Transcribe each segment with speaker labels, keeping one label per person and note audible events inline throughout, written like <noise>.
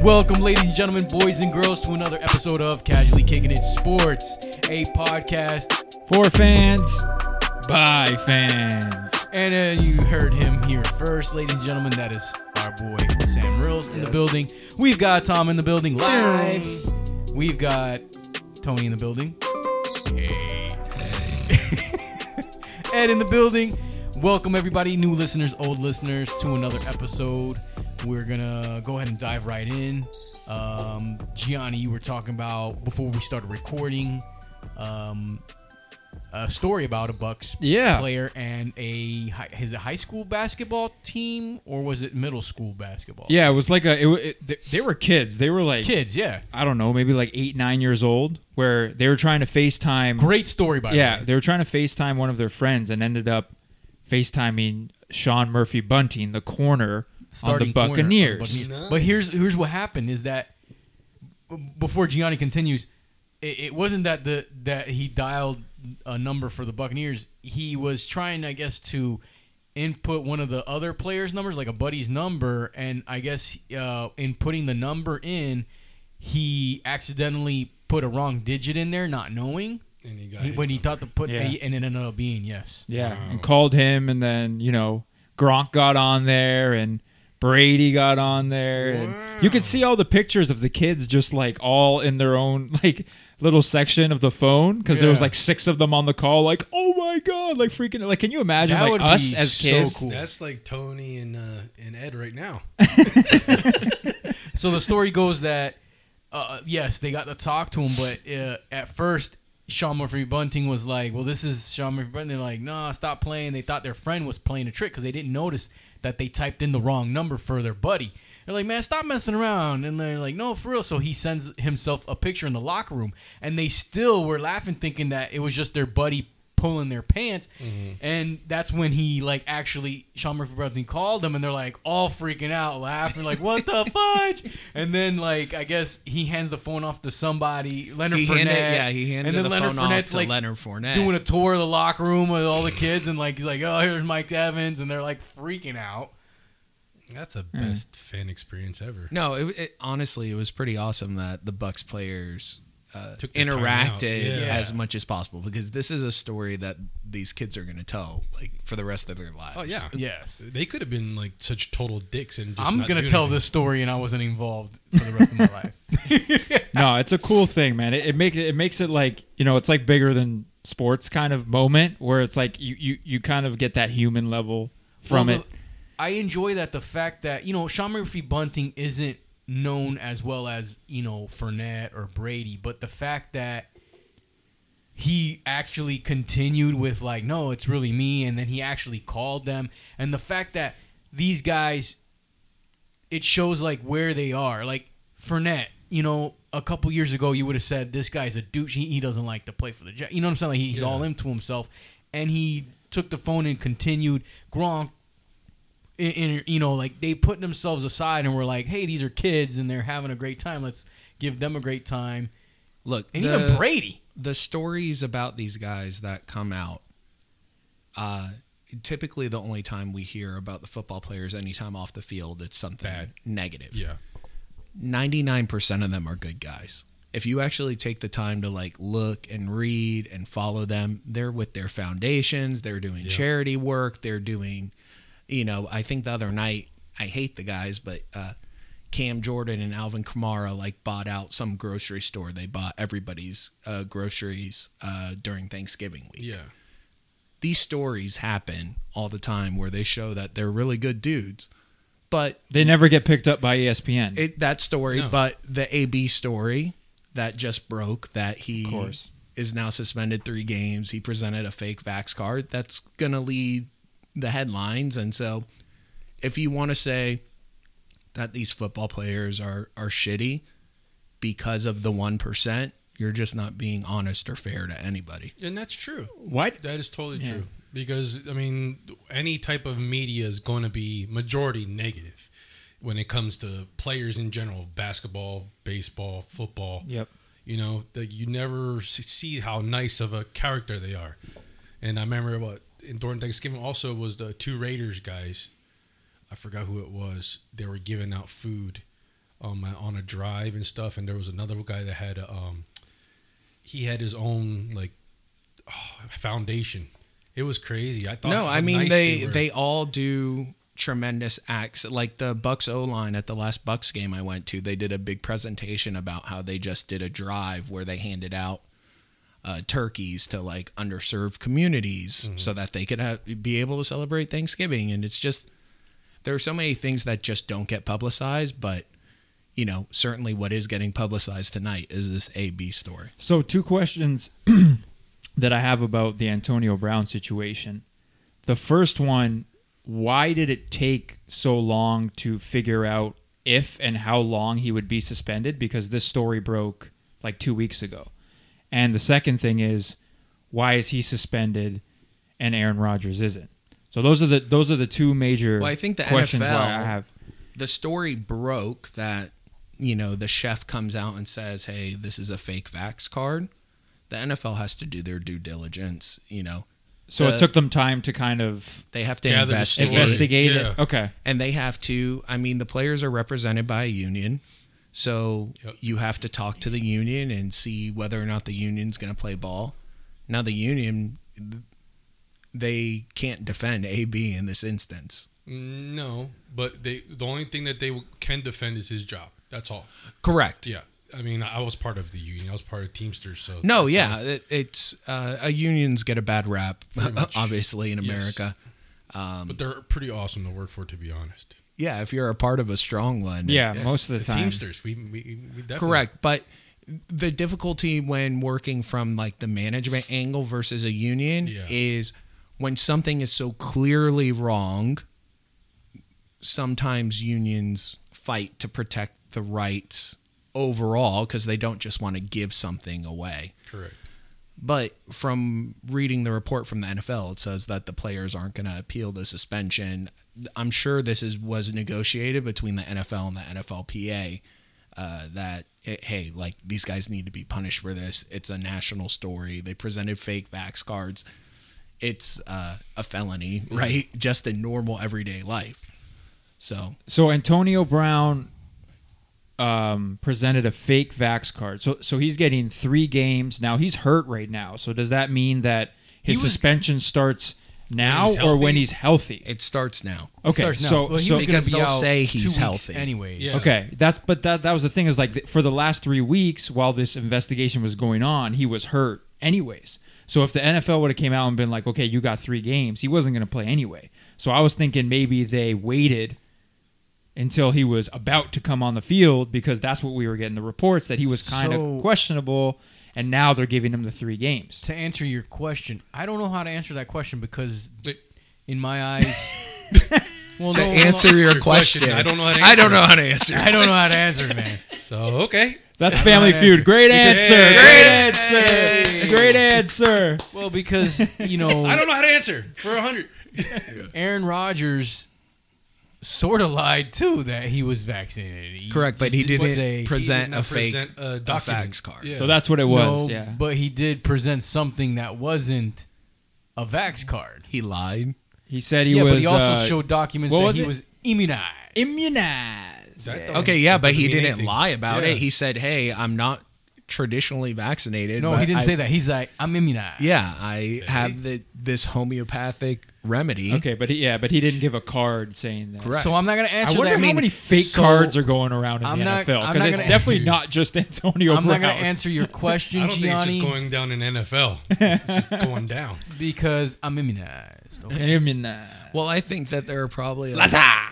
Speaker 1: Welcome, ladies and gentlemen, boys and girls, to another episode of Casually Kicking It Sports, a podcast.
Speaker 2: For fans, by fans.
Speaker 1: And uh, you heard him here first, ladies and gentlemen. That is our boy Sam Rills in the building. We've got Tom in the building live. We've got Tony in the building. <laughs> Ed in the building. Welcome, everybody, new listeners, old listeners, to another episode. We're gonna go ahead and dive right in. Um, Gianni, you were talking about before we started recording um, a story about a Bucks
Speaker 2: Yeah.
Speaker 1: player and a hi- his high school basketball team, or was it middle school basketball?
Speaker 2: Yeah, it was like a. It, wa- it, they- they were kids. They were like
Speaker 1: kids. Yeah,
Speaker 2: I don't know, maybe like eight, nine years old, where they were trying to FaceTime.
Speaker 1: great story by
Speaker 2: Yeah,
Speaker 1: the way.
Speaker 2: they were trying to FaceTime one of their friends and ended up FaceTiming Sean Murphy Bunting, the corner on the
Speaker 1: corner on the
Speaker 2: Buccaneers.
Speaker 1: Buccaneers. But here's here's what happened is that b- before Gianni continues, it, it wasn't that the that he dialed a number for the Buccaneers. He was trying, I guess, to input one of the other players' numbers, like a buddy's number, and I guess uh, in putting the number in, he accidentally put a wrong digit in there, not knowing
Speaker 3: And he got
Speaker 1: he,
Speaker 3: his
Speaker 1: when he
Speaker 3: number.
Speaker 1: thought to put,
Speaker 2: Yeah.
Speaker 1: and it ended up being yes.
Speaker 2: Yeah,
Speaker 3: Wow.
Speaker 2: and called him, and then you know Gronk got on there, and Brady got on there, and you could see all the pictures of the kids just like all in their own <laughs> like little section of the phone because there was
Speaker 1: Yeah.
Speaker 2: like six of them on the call, like oh my god, like freaking like can you imagine
Speaker 1: That
Speaker 2: like
Speaker 1: would be
Speaker 2: us as
Speaker 1: so
Speaker 2: kids?
Speaker 1: cool.
Speaker 3: That's like Tony and uh, and Ed right now.
Speaker 1: so the story goes that uh, yes, they got to talk to him, but uh, at first Sean Murphy Bunting was like, "Well, this is Sean Murphy Bunting." They're like, "Nah, stop playing." They thought their friend was playing a trick because they didn't notice that they typed in the wrong number for their buddy. They're like, "Man, stop messing around," and they're like, "No, for real." So he sends himself a picture in the locker room, and they still were laughing, thinking that it was just their buddy pulling their pants.
Speaker 4: Mm-hmm.
Speaker 1: And that's when he like actually Sean Murphy Brotherton called them and they're like all freaking out laughing like what
Speaker 4: <laughs>
Speaker 1: the fudge? And then like I guess he hands the phone off to somebody, Leonard
Speaker 4: He
Speaker 1: Fournette.
Speaker 4: handed, yeah, he handed
Speaker 1: and then
Speaker 4: the
Speaker 1: Leonard
Speaker 4: phone off
Speaker 1: Fournette's
Speaker 4: to
Speaker 1: like
Speaker 4: Leonard Fournette.
Speaker 1: doing a tour of the locker room with all the kids and like he's like, "Oh, here's Mike Evans." And they're like freaking out.
Speaker 3: That's the
Speaker 1: Hmm.
Speaker 3: best fan experience ever.
Speaker 4: no, it, it, honestly, it was pretty awesome that the Bucks players uh,
Speaker 3: Took their time out,
Speaker 4: interacted
Speaker 3: yeah.
Speaker 4: as much as possible because this is a story that these kids are going to tell like for the rest of their lives.
Speaker 3: Oh yeah,
Speaker 1: Yes.
Speaker 3: They could have been like such total dicks and. Just
Speaker 1: I'm
Speaker 3: not
Speaker 1: going to
Speaker 3: doing
Speaker 1: tell
Speaker 3: anything.
Speaker 1: this story and I wasn't involved for the rest of my <laughs> life.
Speaker 2: no, it's a cool thing, man. It, it makes it makes it like you know, it's like bigger than sports kind of moment where it's like you you you kind of get that human level from
Speaker 1: Well,
Speaker 2: it.
Speaker 1: the- I enjoy that the fact that you know Sean Murphy Bunting isn't known as well as you know Fournette or Brady, but the fact that he actually continued with like, no, it's really me, and then he actually called them, and the fact that these guys, it shows like where they are. Like Fournette, you know, a couple years ago, you would have said this guy's a douche. He, he doesn't like to play for the Jets. You know what I'm saying? Like he's
Speaker 3: Yeah.
Speaker 1: all into himself, and he took the phone and continued. Gronk in, in- you know like they put themselves aside and were like hey these are kids and they're having a great time let's give them a great time
Speaker 4: Look,
Speaker 1: and
Speaker 4: the,
Speaker 1: even brady
Speaker 4: the stories about these guys that come out, uh, typically the only time we hear about the football players anytime off the field, it's something
Speaker 3: Bad.
Speaker 4: negative.
Speaker 3: Yeah,
Speaker 4: 99% of them are good guys. If you actually take the time to like look and read and follow them, they're with their foundations, they're doing charity work, they're doing, you know, I think the other night, I hate the guys, but uh, Cam Jordan and Alvin Kamara like bought out some grocery store. They bought everybody's uh, groceries uh, during Thanksgiving week
Speaker 3: yeah.
Speaker 4: these stories happen all the time where they show that they're really good dudes. But
Speaker 2: They never get picked up by E ESPN.
Speaker 4: it, that story,
Speaker 3: No.
Speaker 4: but the AB story that just broke that he
Speaker 2: Of course.
Speaker 4: is now suspended three games. He presented a fake vax card. That's going to lead the headlines. And so if you want to say that these football players are, are shitty because of the 1%, you're just not being honest or fair to anybody.
Speaker 3: And that's true.
Speaker 2: what?
Speaker 3: That is totally
Speaker 2: Yeah.
Speaker 3: true. Because I mean, any type of media is going to be majority negative when it comes to players in general, basketball, baseball, football.
Speaker 2: Yep.
Speaker 3: you know that you never s- see how nice of a character they are and i remember what in during thanksgiving also was the two raiders guys i forgot who it was they were giving out food um, on a drive and stuff. And there was another guy that had a, um, he had his own like <sighs> oh, foundation. It was crazy. I thought
Speaker 4: no,
Speaker 3: how
Speaker 4: I mean
Speaker 3: nice
Speaker 4: they
Speaker 3: were.
Speaker 4: they all do tremendous acts. Like the Bucks O line at the last Bucks game I went to, they did a big presentation about how they just did a drive where they handed out uh, turkeys to like underserved communities
Speaker 3: Mm-hmm.
Speaker 4: so that they could have, be able to celebrate Thanksgiving. And it's just there are so many things that just don't get publicized, but you know certainly what is getting publicized tonight is this A B story.
Speaker 2: So, two questions <clears throat> that I have about the Antonio Brown situation. The first one, why did it take so long to figure out if and how long he would be suspended? Because this story broke like two weeks ago. And the second thing is, why is he suspended and Aaron Rodgers isn't? So those are the those are the two major
Speaker 4: Well, I think the
Speaker 2: questions why
Speaker 4: NFL
Speaker 2: I have.
Speaker 4: the story broke that you know the chef comes out and says hey this is a fake vax card the nfl has to do their due diligence you know
Speaker 2: So
Speaker 4: the-
Speaker 2: it took them time to kind of
Speaker 4: they have to
Speaker 3: Gather the
Speaker 4: investigate,
Speaker 3: story.
Speaker 2: investigate it.
Speaker 3: Yeah.
Speaker 2: Okay.
Speaker 4: and they have to i mean the players are represented by a union so
Speaker 3: Yep.
Speaker 4: you have to talk to the union and see whether or not the union's going to play ball now the union they can't defend ab in this instance
Speaker 3: no, but they the only thing that they can defend is his job. That's all.
Speaker 4: correct
Speaker 3: Yeah. I mean, I was part of the union. I was part of Teamsters. So
Speaker 4: No,
Speaker 3: that's
Speaker 4: yeah, it, it's uh, uh, unions get a bad rap, <laughs>
Speaker 3: much.
Speaker 4: obviously in
Speaker 3: Yes.
Speaker 4: America.
Speaker 3: all. but they're pretty awesome to work for, to be honest.
Speaker 4: Yeah, if you're a part of a strong one,
Speaker 2: Yeah,
Speaker 4: it's-
Speaker 2: most of the time.
Speaker 3: Teamsters, we, we, we definitely
Speaker 4: correct. But the difficulty when working from like the management angle versus a union
Speaker 3: Yeah.
Speaker 4: is when something is so clearly wrong. Sometimes unions fight to protect the rights overall because they don't just want to give something away.
Speaker 3: correct.
Speaker 4: But from reading the report from the NFL, it says that the players aren't going to appeal the suspension. I'm sure this is was negotiated between the NFL and the NFLPA uh, that eh, hey, like these guys need to be punished for this. It's a national story. They presented fake vax cards. It's uh, a felony, right? Just in normal everyday life. So
Speaker 2: So Antonio Brown um, presented a fake vax card. So so he's getting three games now. He's hurt right now. So does that mean that his
Speaker 1: was-
Speaker 2: suspension starts now
Speaker 3: he's
Speaker 2: or when
Speaker 3: healthy?
Speaker 2: he's healthy?
Speaker 4: it starts now.
Speaker 2: Okay,
Speaker 1: Starts now.
Speaker 2: so
Speaker 1: Well, he
Speaker 2: so
Speaker 1: was gonna
Speaker 4: Because
Speaker 1: be
Speaker 4: they'll
Speaker 1: out
Speaker 4: say
Speaker 1: two
Speaker 4: he's
Speaker 1: weeks
Speaker 4: healthy.
Speaker 1: anyway.
Speaker 3: Yeah.
Speaker 2: okay. That's but that that was the thing is like th- for the last three weeks while this investigation was going on, he was hurt anyways. So if the NFL would have came out and been like, okay, you got three games, he wasn't going to play anyway. So I was thinking maybe they waited until he was about to come on the field because that's what we were getting the reports that he was kind of
Speaker 1: So-
Speaker 2: questionable, and now they're giving him the three games.
Speaker 1: To answer your question, I don't know how to answer that question because
Speaker 3: Wait.
Speaker 1: in my eyes, well,
Speaker 4: To
Speaker 1: no, no,
Speaker 4: answer
Speaker 3: <laughs>
Speaker 4: your
Speaker 3: Your question,
Speaker 4: question,
Speaker 3: I don't know how to
Speaker 4: I
Speaker 3: answer
Speaker 4: don't know how to answer.
Speaker 3: <laughs>
Speaker 1: I don't know how to answer, it, man.
Speaker 3: So okay,
Speaker 2: That's Family
Speaker 1: Great
Speaker 2: Feud.
Speaker 1: answer.
Speaker 2: Great answer. Great
Speaker 1: answer.
Speaker 2: answer. Great answer.
Speaker 1: Well, because you know,
Speaker 3: <laughs> I don't know how to answer for a hundred.
Speaker 1: Aaron Rodgers sort of lied too that he was vaccinated. He
Speaker 4: Correct, but
Speaker 1: just
Speaker 4: he didn't
Speaker 1: say-
Speaker 4: <laughs> present
Speaker 3: He did not
Speaker 4: a fake
Speaker 3: present a
Speaker 4: a
Speaker 3: document.
Speaker 4: fax card.
Speaker 3: Yeah.
Speaker 2: So that's what it was.
Speaker 1: no,
Speaker 2: yeah.
Speaker 1: but he did present something that wasn't a vax card.
Speaker 4: He lied.
Speaker 2: He said he
Speaker 1: yeah,
Speaker 2: was.
Speaker 1: but he also
Speaker 2: uh,
Speaker 1: showed documents
Speaker 2: what
Speaker 1: that
Speaker 2: was
Speaker 1: he
Speaker 2: it?
Speaker 1: was immunized.
Speaker 2: immunized.
Speaker 3: That don't-
Speaker 4: Okay, yeah,
Speaker 3: that
Speaker 4: but he
Speaker 3: doesn't mean
Speaker 4: didn't
Speaker 3: anything.
Speaker 4: lie about
Speaker 3: Yeah.
Speaker 4: it. He said, "Hey, I'm not traditionally vaccinated."
Speaker 1: no,
Speaker 4: but
Speaker 1: he didn't
Speaker 4: I-
Speaker 1: say that. He's like, I'm immunized.
Speaker 4: Yeah, I have the, this homeopathic remedy.
Speaker 2: Okay, but he, yeah, but he didn't give a card saying that.
Speaker 4: Hmm? Correct.
Speaker 1: So I'm not gonna answer
Speaker 2: I wonder
Speaker 1: that.
Speaker 2: how
Speaker 1: mean,
Speaker 2: many fake
Speaker 1: so
Speaker 2: cards are going around in
Speaker 1: I'm
Speaker 2: the
Speaker 1: not-
Speaker 2: NFL
Speaker 1: I'm
Speaker 2: because
Speaker 1: not
Speaker 2: it's
Speaker 1: gonna-
Speaker 2: definitely not just Antonio
Speaker 1: I'm
Speaker 2: Brown.
Speaker 1: not gonna answer
Speaker 2: <laughs>
Speaker 1: your question,
Speaker 3: I don't think it's
Speaker 1: Gianni,
Speaker 3: just going down in
Speaker 4: <laughs>
Speaker 3: NFL. It's just going down.
Speaker 1: because I'm immunized. Okay?
Speaker 2: Immunized.
Speaker 4: Well, I think that there are probably a, a,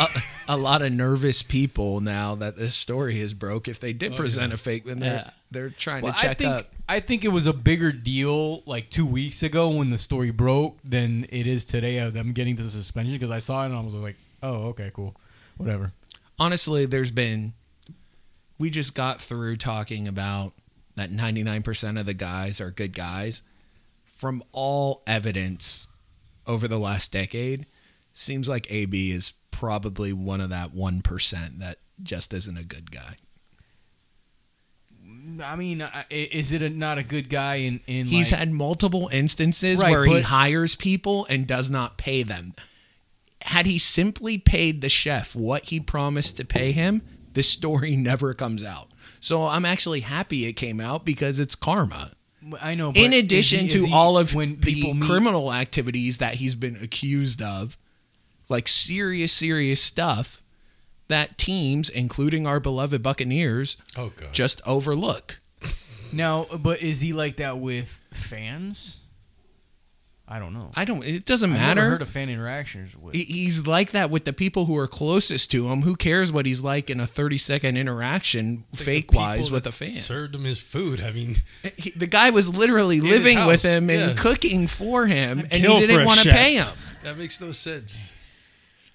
Speaker 4: a- a lot of nervous people now that this story is broke. If they did present a fake, then they're
Speaker 2: Yeah.
Speaker 4: they're trying
Speaker 1: Oh, Well,
Speaker 4: to check
Speaker 1: I think
Speaker 4: up.
Speaker 1: I think it was a bigger deal like two weeks ago when the story broke than it is today of them getting to the suspension because I saw it and I was like, oh, okay, cool, whatever.
Speaker 4: honestly, there's been. We just got through talking about that 99% of the guys are good guys. From all evidence over the last decade, seems like AB is probably one of that 1% that just isn't a good guy.
Speaker 1: I mean, I- is it a, not a good guy in in
Speaker 4: He's
Speaker 1: like,
Speaker 4: had multiple instances
Speaker 1: Right,
Speaker 4: where he
Speaker 1: but-
Speaker 4: hires people and does not pay them. Had he simply paid the chef what he promised to pay him, This story <laughs> never comes out. So I'm actually happy it came out because it's karma.
Speaker 1: I know. but
Speaker 4: In
Speaker 1: is
Speaker 4: addition
Speaker 1: he- is
Speaker 4: to
Speaker 1: he-
Speaker 4: all of
Speaker 1: when
Speaker 4: the
Speaker 1: people meet-
Speaker 4: criminal activities that he's been accused of, like serious, serious stuff that teams, including our beloved Buccaneers,
Speaker 3: Oh god.
Speaker 4: just overlook.
Speaker 1: now, but is he like that with fans? I don't know.
Speaker 4: I don't. It doesn't
Speaker 1: I've never
Speaker 4: matter.
Speaker 1: heard of fan interactions with.
Speaker 4: He- He's like that with the people who are closest to him. Who cares what he's like in a 30 second interaction,
Speaker 3: Like, the
Speaker 4: fake
Speaker 3: people
Speaker 4: wise,
Speaker 3: that
Speaker 4: with a fan?
Speaker 3: Served him his food. I mean, <laughs>
Speaker 4: He- the guy was literally
Speaker 3: his
Speaker 4: living with
Speaker 3: house,
Speaker 4: him and
Speaker 3: yeah.
Speaker 4: cooking for him, and
Speaker 2: kill
Speaker 4: he
Speaker 2: for
Speaker 4: didn't
Speaker 2: a
Speaker 4: want to
Speaker 2: chef.
Speaker 4: pay him.
Speaker 3: that makes no sense.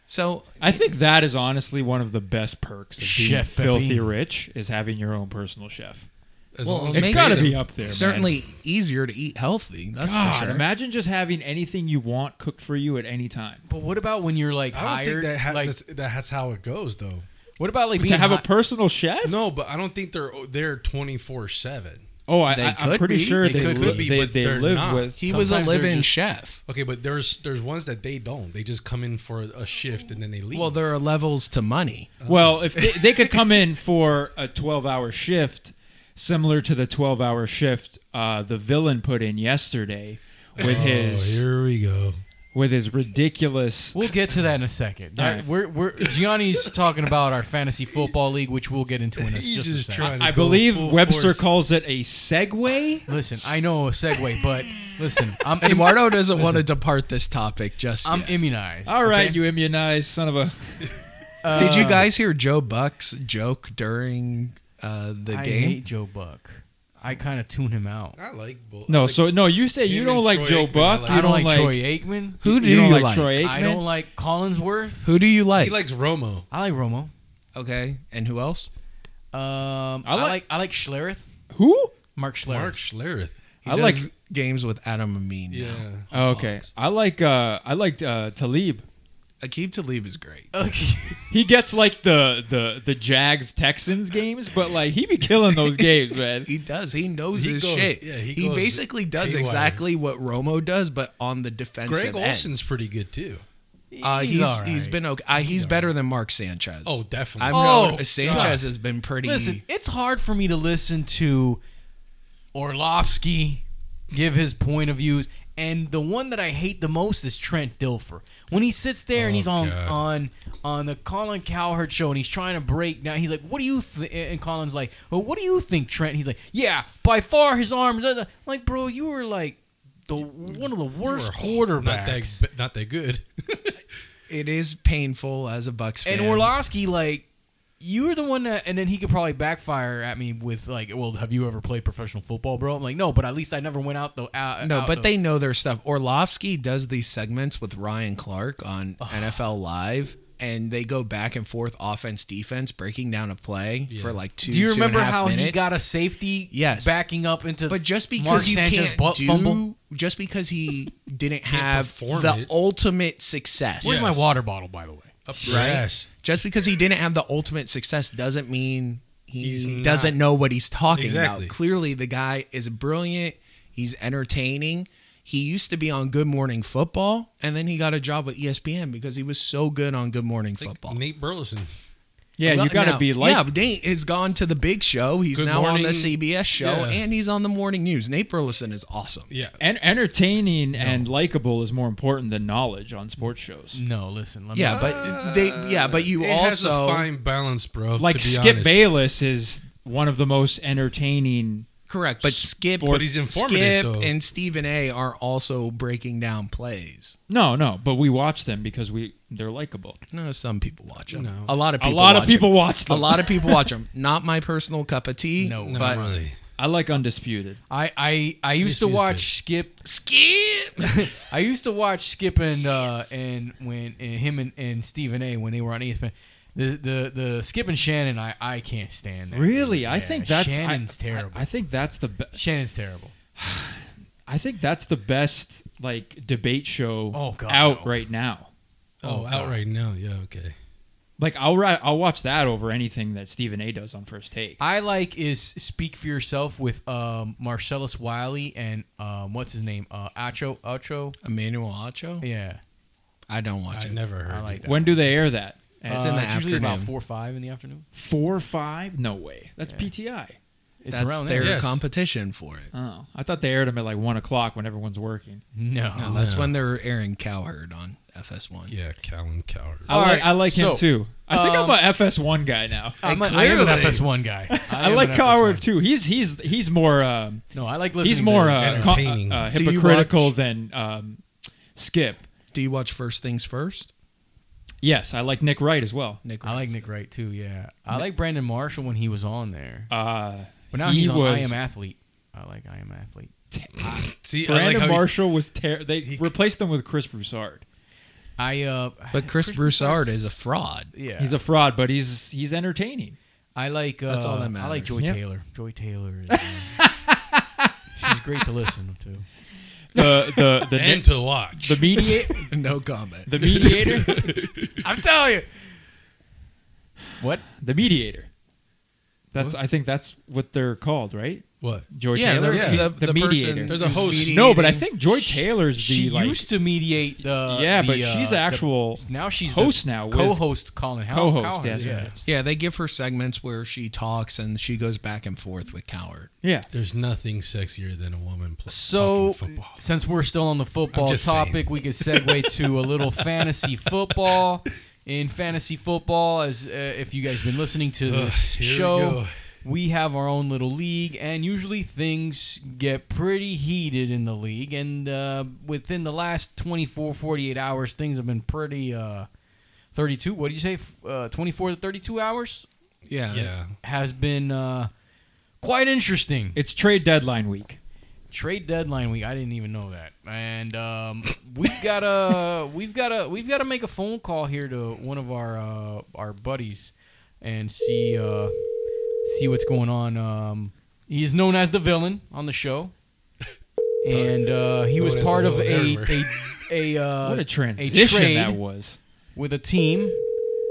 Speaker 4: So
Speaker 2: I think that is honestly one of the best perks of being
Speaker 1: Chef
Speaker 2: filthy
Speaker 1: Pepin.
Speaker 2: rich is having your own personal chef.
Speaker 3: As
Speaker 4: Well,
Speaker 3: long as you
Speaker 4: it
Speaker 2: It's
Speaker 4: makes
Speaker 2: got
Speaker 3: pay
Speaker 2: to
Speaker 4: it
Speaker 3: them.
Speaker 2: be up there. man.
Speaker 4: certainly easier to eat healthy. That's
Speaker 2: God,
Speaker 4: for sure.
Speaker 2: imagine just having anything you want cooked for you at any time.
Speaker 1: but what about when you're like
Speaker 3: I don't think
Speaker 1: hired?
Speaker 3: that ha-
Speaker 1: like,
Speaker 3: that's, that's how it goes though.
Speaker 1: what about like
Speaker 2: to
Speaker 1: being
Speaker 2: have a
Speaker 1: hi-
Speaker 2: personal chef?
Speaker 3: No, but I don't think they're there twenty four seven.
Speaker 2: Oh, I,
Speaker 4: They
Speaker 2: I, I'm
Speaker 4: could
Speaker 2: pretty
Speaker 4: be.
Speaker 2: sure
Speaker 1: They
Speaker 2: they
Speaker 1: could
Speaker 2: li-
Speaker 3: be,
Speaker 2: they,
Speaker 3: but
Speaker 2: they
Speaker 3: they're
Speaker 2: lived
Speaker 3: not.
Speaker 2: with.
Speaker 4: he was a
Speaker 3: sometimes they're
Speaker 4: living
Speaker 3: just-
Speaker 4: chef.
Speaker 3: Okay, but there's there's ones that they don't. They just come in for a shift and then they leave.
Speaker 4: Well, there are levels
Speaker 3: <laughs>
Speaker 4: to money.
Speaker 2: Well, if they, they could come in for a 12 hour shift, similar to the 12 hour shift uh, the villain put in yesterday with
Speaker 3: Oh,
Speaker 2: his
Speaker 3: here we go.
Speaker 2: with his ridiculous.
Speaker 1: We'll get to that in a second.
Speaker 2: All
Speaker 1: That-
Speaker 2: right.
Speaker 1: We're, we're Gianni's talking about our fantasy football league, which we'll get into in a,
Speaker 3: He's
Speaker 1: just a
Speaker 3: just
Speaker 1: second.
Speaker 3: trying to
Speaker 2: I
Speaker 3: go
Speaker 2: believe
Speaker 3: full
Speaker 2: Webster
Speaker 3: force.
Speaker 2: calls it a segue.
Speaker 1: Listen, I know a segue, but listen, I'm im-
Speaker 4: Eduardo doesn't want to depart this topic just
Speaker 1: I'm
Speaker 4: yet.
Speaker 1: immunized.
Speaker 2: All right,
Speaker 1: okay?
Speaker 2: you immunized son
Speaker 3: <laughs>
Speaker 2: of a.
Speaker 1: Uh,
Speaker 4: Did you guys hear Joe Buck's joke during uh, the
Speaker 1: I
Speaker 4: game?
Speaker 1: hate Joe Buck. I kind of tune him out.
Speaker 3: I like bull.
Speaker 2: No,
Speaker 3: like,
Speaker 2: so no, you say you
Speaker 3: him
Speaker 2: don't
Speaker 3: and
Speaker 2: like
Speaker 3: Troy
Speaker 2: Joe
Speaker 3: Aikman, I
Speaker 2: Buck.
Speaker 3: like-
Speaker 2: You
Speaker 1: I don't like Troy
Speaker 2: Aikman.
Speaker 1: Aikman.
Speaker 4: Who do
Speaker 2: you don't
Speaker 4: you
Speaker 2: like
Speaker 4: like?
Speaker 2: Troy Aikman?
Speaker 1: I don't like Collinsworth.
Speaker 4: Who do you like?
Speaker 3: he likes Romo.
Speaker 1: I like Romo.
Speaker 4: okay, and who else?
Speaker 1: Um, I
Speaker 2: I
Speaker 1: like I
Speaker 2: like-
Speaker 1: like, Schlereth,
Speaker 2: Who?
Speaker 1: Mark Schlereth.
Speaker 3: Mark Schlereth.
Speaker 4: He
Speaker 2: I like.
Speaker 4: does games with Adam Amin.
Speaker 3: Yeah.
Speaker 4: now.
Speaker 2: Oh, okay, I like. uh I liked uh, Talib.
Speaker 4: Akib Talib is great.
Speaker 1: <laughs> Okay.
Speaker 2: He gets like the the the Jags Texans games, but like he be killing
Speaker 3: <laughs>
Speaker 2: those games, man.
Speaker 4: He does. He knows
Speaker 3: He
Speaker 4: his
Speaker 3: goes-
Speaker 4: shit.
Speaker 3: yeah,
Speaker 4: he
Speaker 3: he goes
Speaker 4: basically does
Speaker 3: haywire.
Speaker 4: exactly what Romo does, but on the defensive
Speaker 3: Greg
Speaker 4: end.
Speaker 3: Olson's pretty good too.
Speaker 4: Uh, he's
Speaker 1: all right.
Speaker 4: he's been okay. Uh, he's better than Mark Sanchez.
Speaker 3: Oh, definitely.
Speaker 4: I've
Speaker 1: Oh,
Speaker 4: known Sanchez has been pretty.
Speaker 1: Listen, it's hard for me to listen to Orlovsky give his point of views, and the one that I hate the most is Trent Dilfer. When he sits there and
Speaker 3: Oh,
Speaker 1: he's on
Speaker 3: God.
Speaker 1: on on the Colin Cowherd show, and he's trying to break down. He's like, "What do you?" Th-? And Colin's like, "Well, what do you think, Trent?" He's like, "Yeah, by far his arms." I'm like, bro, you were like the one of the worst quarterbacks.
Speaker 3: Not that, not that good.
Speaker 4: it is painful as a Bucks fan.
Speaker 1: And Orlovsky, like, you were the one that, and then he could probably backfire at me with like, "Well, have you ever played professional football, bro?" I'm like, "No, but at least I never went out the uh, out."
Speaker 4: no,
Speaker 1: out
Speaker 4: but
Speaker 1: the-
Speaker 4: they know their stuff. Orlovsky does these segments with Ryan Clark on NFL Live, and they go back and forth, offense, defense, breaking down a play for like two.
Speaker 1: Do you
Speaker 4: two and a
Speaker 1: remember
Speaker 4: half
Speaker 1: how he
Speaker 4: minutes.
Speaker 1: got a safety?
Speaker 4: Yes.
Speaker 1: backing up into.
Speaker 4: But just because
Speaker 1: Mark
Speaker 4: you
Speaker 1: Sanchez
Speaker 4: can't
Speaker 1: butt
Speaker 4: do,
Speaker 1: fumble.
Speaker 4: just because
Speaker 3: <laughs>
Speaker 4: he didn't have
Speaker 3: perform
Speaker 4: the
Speaker 3: it.
Speaker 4: ultimate success.
Speaker 1: Where's my
Speaker 3: Yes.
Speaker 1: water bottle, by the way?
Speaker 3: Up
Speaker 4: right?
Speaker 3: Yes.
Speaker 4: Just because he didn't have the ultimate success doesn't mean
Speaker 3: He's
Speaker 4: he
Speaker 3: not-
Speaker 4: doesn't know what he's talking
Speaker 3: Exactly.
Speaker 4: about. Clearly, the guy is brilliant. He's entertaining. He used to be on Good Morning Football, and then he got a job with E ESPN because he was so good on Good Morning
Speaker 3: Like
Speaker 4: Football.
Speaker 3: Nate Burleson.
Speaker 2: Yeah,
Speaker 4: Well,
Speaker 2: you gotta
Speaker 4: now-
Speaker 2: be like.
Speaker 4: yeah. but Nate has gone to the big show. He's
Speaker 3: Good
Speaker 4: now on
Speaker 3: Morning-
Speaker 4: the CBS show,
Speaker 3: Yeah.
Speaker 4: and he's on the morning news. Nate Burleson is awesome.
Speaker 3: Yeah.
Speaker 2: En- entertaining and likable is more important than knowledge on sports shows.
Speaker 1: No, listen. Let me,
Speaker 4: Yeah, but they. Yeah, but you
Speaker 3: it has a
Speaker 4: also
Speaker 3: fine balance, bro.
Speaker 2: Like
Speaker 3: to be
Speaker 2: Skip
Speaker 3: honest.
Speaker 2: Bayless is one of the most entertaining.
Speaker 4: correct. But Skip,
Speaker 3: But he's informative,
Speaker 4: Skip
Speaker 3: though.
Speaker 4: and Stephen A. are also breaking down plays.
Speaker 2: No, no, but we watch them because we they're likable.
Speaker 4: No, some people watch them.
Speaker 3: No.
Speaker 4: A lot of
Speaker 2: A
Speaker 4: people.
Speaker 2: lot of
Speaker 4: watch
Speaker 2: people
Speaker 4: 'em.
Speaker 2: watch them.
Speaker 4: A lot of people watch them. Not my personal cup of tea.
Speaker 1: No.
Speaker 3: No,
Speaker 4: but
Speaker 3: really.
Speaker 2: I like Undisputed.
Speaker 1: I I I used to
Speaker 3: feels
Speaker 1: watch
Speaker 3: good.
Speaker 1: Skip.
Speaker 4: Skip. <laughs>
Speaker 1: I used to watch Skip and uh and when and him and, and Stephen A. when they were on E ESPN. The, the the Skip and Shannon I I can't stand that.
Speaker 2: Really, I
Speaker 1: Yeah,
Speaker 2: think that's I-
Speaker 1: Shannon's
Speaker 2: I-
Speaker 1: terrible.
Speaker 2: I, think that's the be-
Speaker 1: Shannon's terrible.
Speaker 2: I think that's the best like debate show
Speaker 1: Oh, God,
Speaker 2: out
Speaker 1: no.
Speaker 2: right now.
Speaker 3: Oh, out right now. Yeah. Okay.
Speaker 2: Like I'll ri- I'll watch that over anything that Stephen A does on First Take.
Speaker 1: I like is Speak for Yourself with um, Marcellus Wiley and um, what's his name? Uh, Acho Acho.
Speaker 4: Emmanuel Acho.
Speaker 1: Yeah,
Speaker 4: I don't watch
Speaker 3: I
Speaker 4: it.
Speaker 3: never heard.
Speaker 1: I
Speaker 3: it.
Speaker 1: like that.
Speaker 2: when do they air that? And
Speaker 4: It's in
Speaker 1: Uh,
Speaker 4: the
Speaker 1: it's usually about
Speaker 4: afternoon.
Speaker 1: four or five in the afternoon.
Speaker 2: four or five? No way. That's PTI.
Speaker 1: It's
Speaker 4: That's
Speaker 1: around
Speaker 4: their
Speaker 1: there.
Speaker 3: Yes.
Speaker 4: competition for it.
Speaker 2: Oh, I thought they aired them at like one o'clock when everyone's working.
Speaker 1: Oh, No.
Speaker 4: No, that's when they're airing Cowherd on FS1.
Speaker 3: Yeah, Callan Coward.
Speaker 2: I like
Speaker 1: right,
Speaker 2: I like him
Speaker 1: so,
Speaker 2: too. I think
Speaker 1: um,
Speaker 2: I'm a FS1 guy now.
Speaker 1: I'm, a,
Speaker 4: Hey,
Speaker 1: I am an
Speaker 4: clearly.
Speaker 1: FS1 guy.
Speaker 2: <laughs> I,
Speaker 1: am an
Speaker 2: like
Speaker 1: FS1.
Speaker 2: Coward too. He's he's he's more um,
Speaker 1: No, I like listening.
Speaker 2: he's more
Speaker 1: to
Speaker 2: uh,
Speaker 1: entertainment.
Speaker 2: co-
Speaker 3: entertaining.
Speaker 2: uh,
Speaker 4: Do you
Speaker 2: hypocritical
Speaker 4: watch-
Speaker 2: than um, Skip.
Speaker 4: Do you watch First Things First?
Speaker 2: Yes, I like Nick Wright as well.
Speaker 4: Nick
Speaker 1: I like Nick Wright too. Yeah, I like Brandon Marshall when he was on there,
Speaker 2: Uh,
Speaker 1: but now
Speaker 2: he
Speaker 1: he's on I
Speaker 2: was
Speaker 1: Am Athlete. I like I Am Athlete.
Speaker 3: See, I like
Speaker 2: Brandon
Speaker 3: how you-
Speaker 2: Marshall was ter- they
Speaker 3: he-
Speaker 2: replaced him with Chris Broussard.
Speaker 1: I uh,
Speaker 4: But Chris Broussard is a fraud.
Speaker 1: yeah,
Speaker 2: He's a fraud, but he's he's entertaining.
Speaker 1: I like uh,
Speaker 4: That's all that
Speaker 1: I like
Speaker 4: matters.
Speaker 1: Joy
Speaker 2: Yeah.
Speaker 1: Taylor. Joy Taylor is. Uh,
Speaker 2: <laughs>
Speaker 1: she's great to listen to.
Speaker 2: The
Speaker 3: <laughs>
Speaker 2: the the
Speaker 3: and
Speaker 2: Nick,
Speaker 3: to watch.
Speaker 2: the mediator
Speaker 4: <laughs> No comment.
Speaker 3: <laughs>
Speaker 2: the mediator
Speaker 1: I'm telling you. What?
Speaker 2: the mediator. That's I think that's what they're called, right?
Speaker 3: what?
Speaker 2: Joy
Speaker 4: yeah,
Speaker 2: Taylor,
Speaker 4: they're-
Speaker 3: yeah.
Speaker 4: the,
Speaker 2: the,
Speaker 4: the
Speaker 2: mediator.
Speaker 4: Person
Speaker 3: They're the
Speaker 4: who's
Speaker 3: host.
Speaker 4: mediating-
Speaker 2: no, but I think Joy Taylor's the
Speaker 1: she
Speaker 2: like
Speaker 1: used to mediate the
Speaker 2: yeah,
Speaker 1: the,
Speaker 2: but
Speaker 1: uh,
Speaker 2: she's
Speaker 1: the-
Speaker 2: actual
Speaker 1: now she's the
Speaker 2: host now with-
Speaker 1: co-host Colin How-
Speaker 2: co-host.
Speaker 1: Cowherd,
Speaker 2: yes,
Speaker 1: yeah.
Speaker 2: yes.
Speaker 4: Yeah, they give her segments where she talks and she goes back and forth with Coward.
Speaker 2: yeah.
Speaker 3: There's nothing sexier than a woman playing
Speaker 1: So,
Speaker 3: football.
Speaker 1: since we're still on the football
Speaker 3: I'm just
Speaker 1: topic, we could segue to a
Speaker 3: <laughs>
Speaker 1: little fantasy football. In fantasy football, as uh, if you guys been listening to this
Speaker 3: Ugh, here we
Speaker 1: show,
Speaker 3: go.
Speaker 1: we, have our own little league, and usually things get pretty heated in the league. And uh, within the last 24, 48 hours, things have been pretty. Uh, 32, what do you say? F- Uh, 24 to 32 hours
Speaker 4: Yeah.
Speaker 3: Yeah,
Speaker 1: has been uh, quite interesting
Speaker 2: It's trade deadline week.
Speaker 1: trade deadline week. I didn't even know that. And um, we've got a <laughs> we've got a we've got to make a phone call here to one of our uh, our buddies and see uh, see what's going on. Um, he is known as the villain on the show, and uh, he
Speaker 3: Known
Speaker 1: was
Speaker 3: as the
Speaker 1: part of a
Speaker 3: villain
Speaker 1: a a, uh,
Speaker 2: <laughs> What a
Speaker 1: a
Speaker 2: transition
Speaker 1: trade
Speaker 2: that was.
Speaker 1: with a team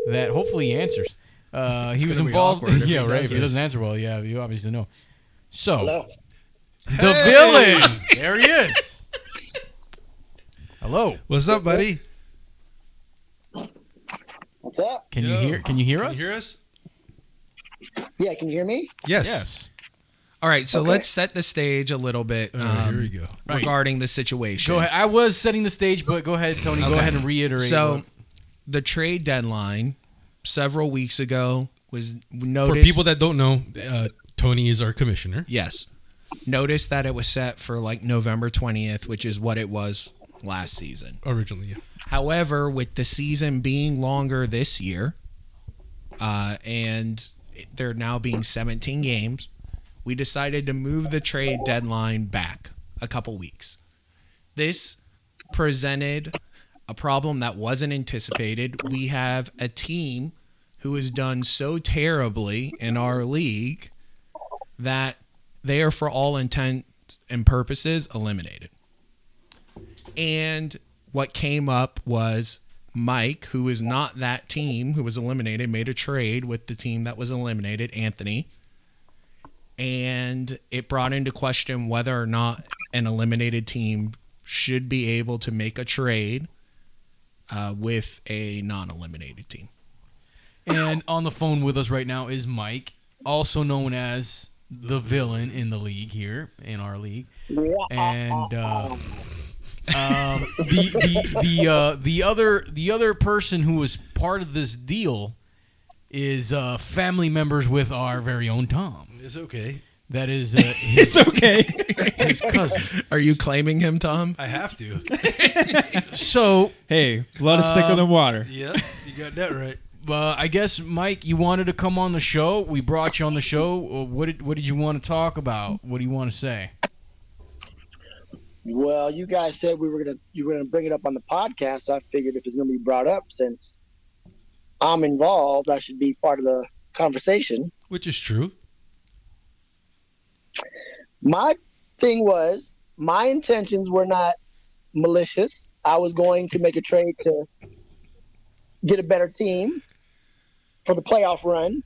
Speaker 1: that hopefully answers. Uh,
Speaker 4: It's
Speaker 1: he was
Speaker 4: gonna be
Speaker 1: involved.
Speaker 4: awkward if
Speaker 1: <laughs>
Speaker 4: he
Speaker 1: yeah, right.
Speaker 4: does
Speaker 1: If he doesn't
Speaker 4: this.
Speaker 1: answer well, yeah, you obviously know. So
Speaker 5: Hello.
Speaker 1: the villain. There he is. Hello.
Speaker 3: what's up, buddy?
Speaker 5: What's up?
Speaker 1: Can you
Speaker 3: Yo.
Speaker 1: hear? Can you hear
Speaker 3: Can
Speaker 1: us?
Speaker 3: you hear us?
Speaker 5: Yeah, can you hear me?
Speaker 3: Yes.
Speaker 1: Yes.
Speaker 4: All right, so
Speaker 5: Okay.
Speaker 4: let's set the stage a little bit
Speaker 3: All
Speaker 4: um,
Speaker 3: right, Oh, here we go.
Speaker 1: Right.
Speaker 4: regarding the situation.
Speaker 1: Go ahead. I was setting the stage, but go ahead, Tony. Go
Speaker 4: Okay.
Speaker 1: ahead and reiterate.
Speaker 4: So,
Speaker 1: what-
Speaker 4: the trade deadline several weeks ago was
Speaker 3: For
Speaker 4: noticed.
Speaker 3: people that don't know, uh, Tony is our commissioner.
Speaker 4: Yes. Notice that it was set for like November 20th, which is what it was last season.
Speaker 3: Originally, yeah.
Speaker 4: However, with the season being longer this year, uh, and there now being 17 games, we decided to move the trade deadline back a couple weeks. This presented a problem that wasn't anticipated. We have a team who has done so terribly in our league that they are, for all intents and purposes, eliminated. And what came up was Mike, who is not that team who was eliminated, made a trade with the team that was eliminated, Anthony. And it brought into question whether or not an eliminated team should be able to make a trade uh, with a non eliminated team.
Speaker 1: and on the phone with us right now is Mike, also known as the villain in the league here in our league, and uh, um, the the the uh, the other the other person who was part of this deal is uh, family members with our very own Tom.
Speaker 3: It's okay.
Speaker 1: That is uh, his,
Speaker 2: It's okay.
Speaker 1: his cousin.
Speaker 4: Are you claiming him, Tom?
Speaker 3: I have to. <laughs>
Speaker 1: So
Speaker 2: <laughs> hey, blood is thicker than water.
Speaker 3: yeah, you got that right.
Speaker 1: uh, I guess Mike, you wanted to come on the show. We brought you on the show. Uh, What did What did you want to talk about? What do you want to say?
Speaker 5: Well, you guys said we were gonna you were gonna bring it up on the podcast. I figured if it's gonna be brought up since I'm involved, I should be part of the conversation.
Speaker 3: Which is true.
Speaker 5: My thing was my intentions were not malicious. I was going to make a trade to get a better team for the playoff run.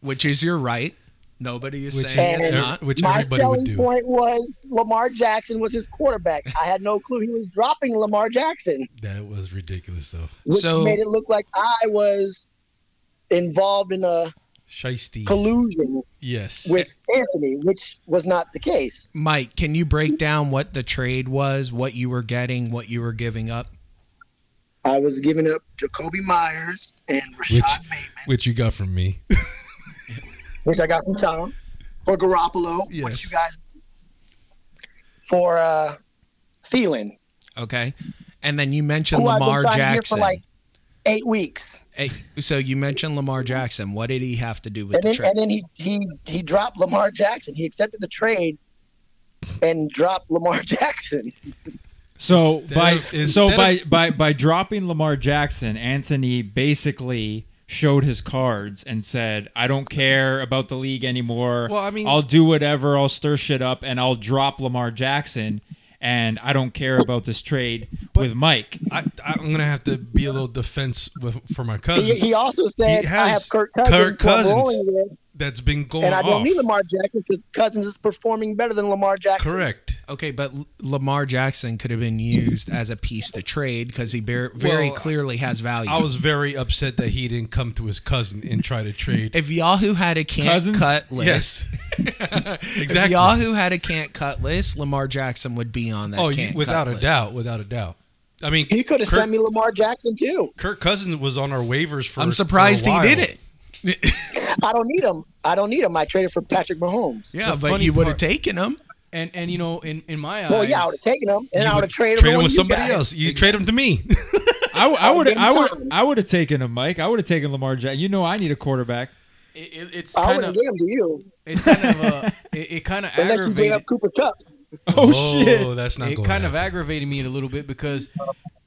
Speaker 4: Which is your right. Nobody is
Speaker 3: Which
Speaker 4: saying
Speaker 5: is-
Speaker 4: it's
Speaker 5: And-
Speaker 4: not.
Speaker 3: which
Speaker 5: My
Speaker 3: everybody
Speaker 5: selling
Speaker 3: would do.
Speaker 5: point was Lamar Jackson was his quarterback. I had no clue he was dropping Lamar Jackson,
Speaker 3: That was ridiculous, though.
Speaker 5: which
Speaker 4: So-
Speaker 5: made it look like I was involved in a
Speaker 3: Shiesty.
Speaker 5: collusion
Speaker 3: yes.
Speaker 5: with Anthony, which was not the case.
Speaker 4: Mike, can you break down what the trade was, what you were getting, what you were giving up?
Speaker 5: I was giving up Jacoby Myers and Rashad
Speaker 3: Which-
Speaker 5: Bateman,
Speaker 3: Which you got from me.
Speaker 5: which I got from Tom, for Garoppolo,
Speaker 3: Yes.
Speaker 5: which you guys for uh Thielen,
Speaker 4: Okay. And then you mentioned
Speaker 5: who
Speaker 4: Lamar
Speaker 5: I've been trying to
Speaker 4: Jackson.
Speaker 5: hear for like eight weeks.
Speaker 4: Hey, so you mentioned Lamar Jackson. What did he have to do with
Speaker 5: and
Speaker 4: the
Speaker 5: then
Speaker 4: trade?
Speaker 5: and then he he he dropped Lamar Jackson. He accepted the trade and dropped Lamar <laughs> Jackson.
Speaker 2: So
Speaker 3: Instead
Speaker 2: by
Speaker 3: of-
Speaker 2: so
Speaker 3: instead
Speaker 2: by,
Speaker 3: of-
Speaker 2: by by dropping Lamar Jackson, Anthony basically showed his cards and said, "I don't care about the league anymore.
Speaker 3: Well, I mean-
Speaker 2: will do whatever. I'll stir shit up, and I'll drop Lamar Jackson, and I don't care about this trade with Mike."
Speaker 3: I, I'm gonna have to be a little defense with, for my cousin.
Speaker 5: He, he also said,
Speaker 3: He
Speaker 5: "I have
Speaker 3: has
Speaker 5: Kirk Cousins,
Speaker 3: Kirk
Speaker 5: who I'm
Speaker 3: Cousins.
Speaker 5: rolling with,
Speaker 3: that's been going
Speaker 5: and I don't
Speaker 3: off.
Speaker 5: need Lamar Jackson because Cousins is performing better than Lamar Jackson."
Speaker 3: Correct.
Speaker 4: Okay, but L- Lamar Jackson could have been used as a piece to trade because he bar- very
Speaker 3: Well,
Speaker 4: clearly has value.
Speaker 3: I was very upset that he didn't come to his cousin and try to trade.
Speaker 4: if Yahoo had a can't
Speaker 2: Cousins?
Speaker 4: cut list,
Speaker 3: <laughs> yes,
Speaker 4: if
Speaker 3: <laughs> exactly.
Speaker 4: Yahoo had a can't cut list, Lamar Jackson would be on that.
Speaker 3: oh,
Speaker 4: can't
Speaker 3: you,
Speaker 4: cut
Speaker 3: without a
Speaker 4: list.
Speaker 3: doubt, without a doubt. I mean,
Speaker 5: He could have
Speaker 3: Kirk,
Speaker 5: sent me Lamar Jackson too.
Speaker 3: Kirk Cousins was on our waivers for.
Speaker 4: I'm surprised
Speaker 3: for a
Speaker 4: he
Speaker 3: while.
Speaker 4: did it.
Speaker 5: I don't need him. I don't need him. I traded for Patrick Mahomes.
Speaker 4: Yeah,
Speaker 1: The
Speaker 4: but
Speaker 1: funny
Speaker 4: you would have
Speaker 1: part-
Speaker 4: taken him.
Speaker 1: And and you know, in in my eyes,
Speaker 5: Well, yeah, I would have taken him,
Speaker 3: You
Speaker 5: and I would have
Speaker 3: would
Speaker 5: traded
Speaker 3: trade
Speaker 5: him
Speaker 3: him with
Speaker 5: you
Speaker 3: somebody
Speaker 5: guys.
Speaker 3: else. You trade him to me.
Speaker 5: <laughs>
Speaker 2: I, would
Speaker 5: give him
Speaker 2: I would
Speaker 5: time.
Speaker 2: I would have taken him, Mike. I would have taken Lamar Jackson. You know, I need a quarterback. <laughs>
Speaker 1: It, it, it's
Speaker 5: I
Speaker 1: kind
Speaker 5: wouldn't
Speaker 1: of
Speaker 5: give him to you
Speaker 1: it's kind of
Speaker 5: <laughs>
Speaker 1: uh, it, it kind of
Speaker 5: unless you
Speaker 1: aggravated.
Speaker 5: gave up Cooper Cup.
Speaker 2: Oh, shit!
Speaker 3: that's not
Speaker 1: it
Speaker 3: going.
Speaker 1: kind
Speaker 3: out.
Speaker 1: of aggravated me a little bit because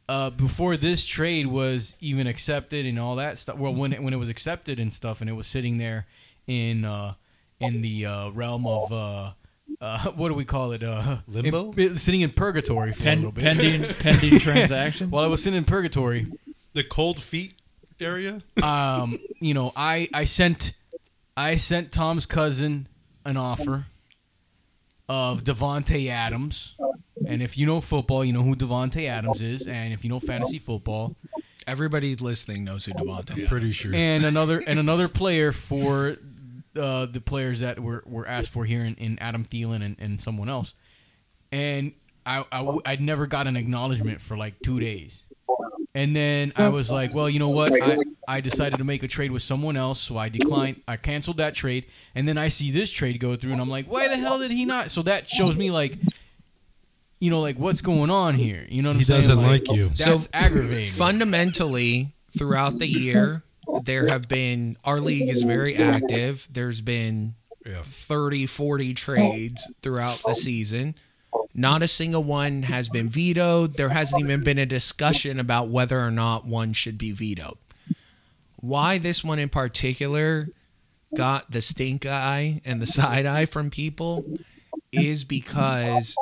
Speaker 1: uh, before this trade was even accepted and all that stuff well when it, when it was accepted and stuff and it was sitting there in uh, in the uh, realm of uh, uh, <laughs> what do we call it uh,
Speaker 3: Limbo?
Speaker 1: in- <laughs> sitting in purgatory for a
Speaker 2: Pen,
Speaker 1: little bit
Speaker 2: pending <laughs> pending
Speaker 1: <laughs>
Speaker 2: transaction.
Speaker 1: while I was sitting in purgatory
Speaker 3: the cold feet area.
Speaker 1: um, you know, I I sent I sent Tom's cousin an offer of Devonte Adams, and if you know football, you know who Devonte Adams is, and if you know fantasy football,
Speaker 4: Everybody listening knows who Devontae.
Speaker 3: I'm
Speaker 4: is.
Speaker 3: pretty sure.
Speaker 1: and another and another player for uh, the players that were, were asked for here in, in Adam Thielen and, and someone else, and I, I w- I never got an acknowledgement for like two days, and then I was like, well, you know what, I, I decided to make a trade with someone else, so I declined, I canceled that trade, and then I see this trade go through, and I'm like, why the hell did he not? So that shows me like. You know, like what's going on here? You know what
Speaker 3: He
Speaker 1: I'm saying?
Speaker 3: doesn't like you.
Speaker 1: That's aggravating.
Speaker 4: Fundamentally, throughout the year, there have been our league is very active. There's been
Speaker 3: Yeah.
Speaker 4: 30, 40 trades throughout the season. Not a single one has been vetoed. There hasn't even been a discussion about whether or not one should be vetoed. Why this one in particular got the stink eye and the side eye from people is because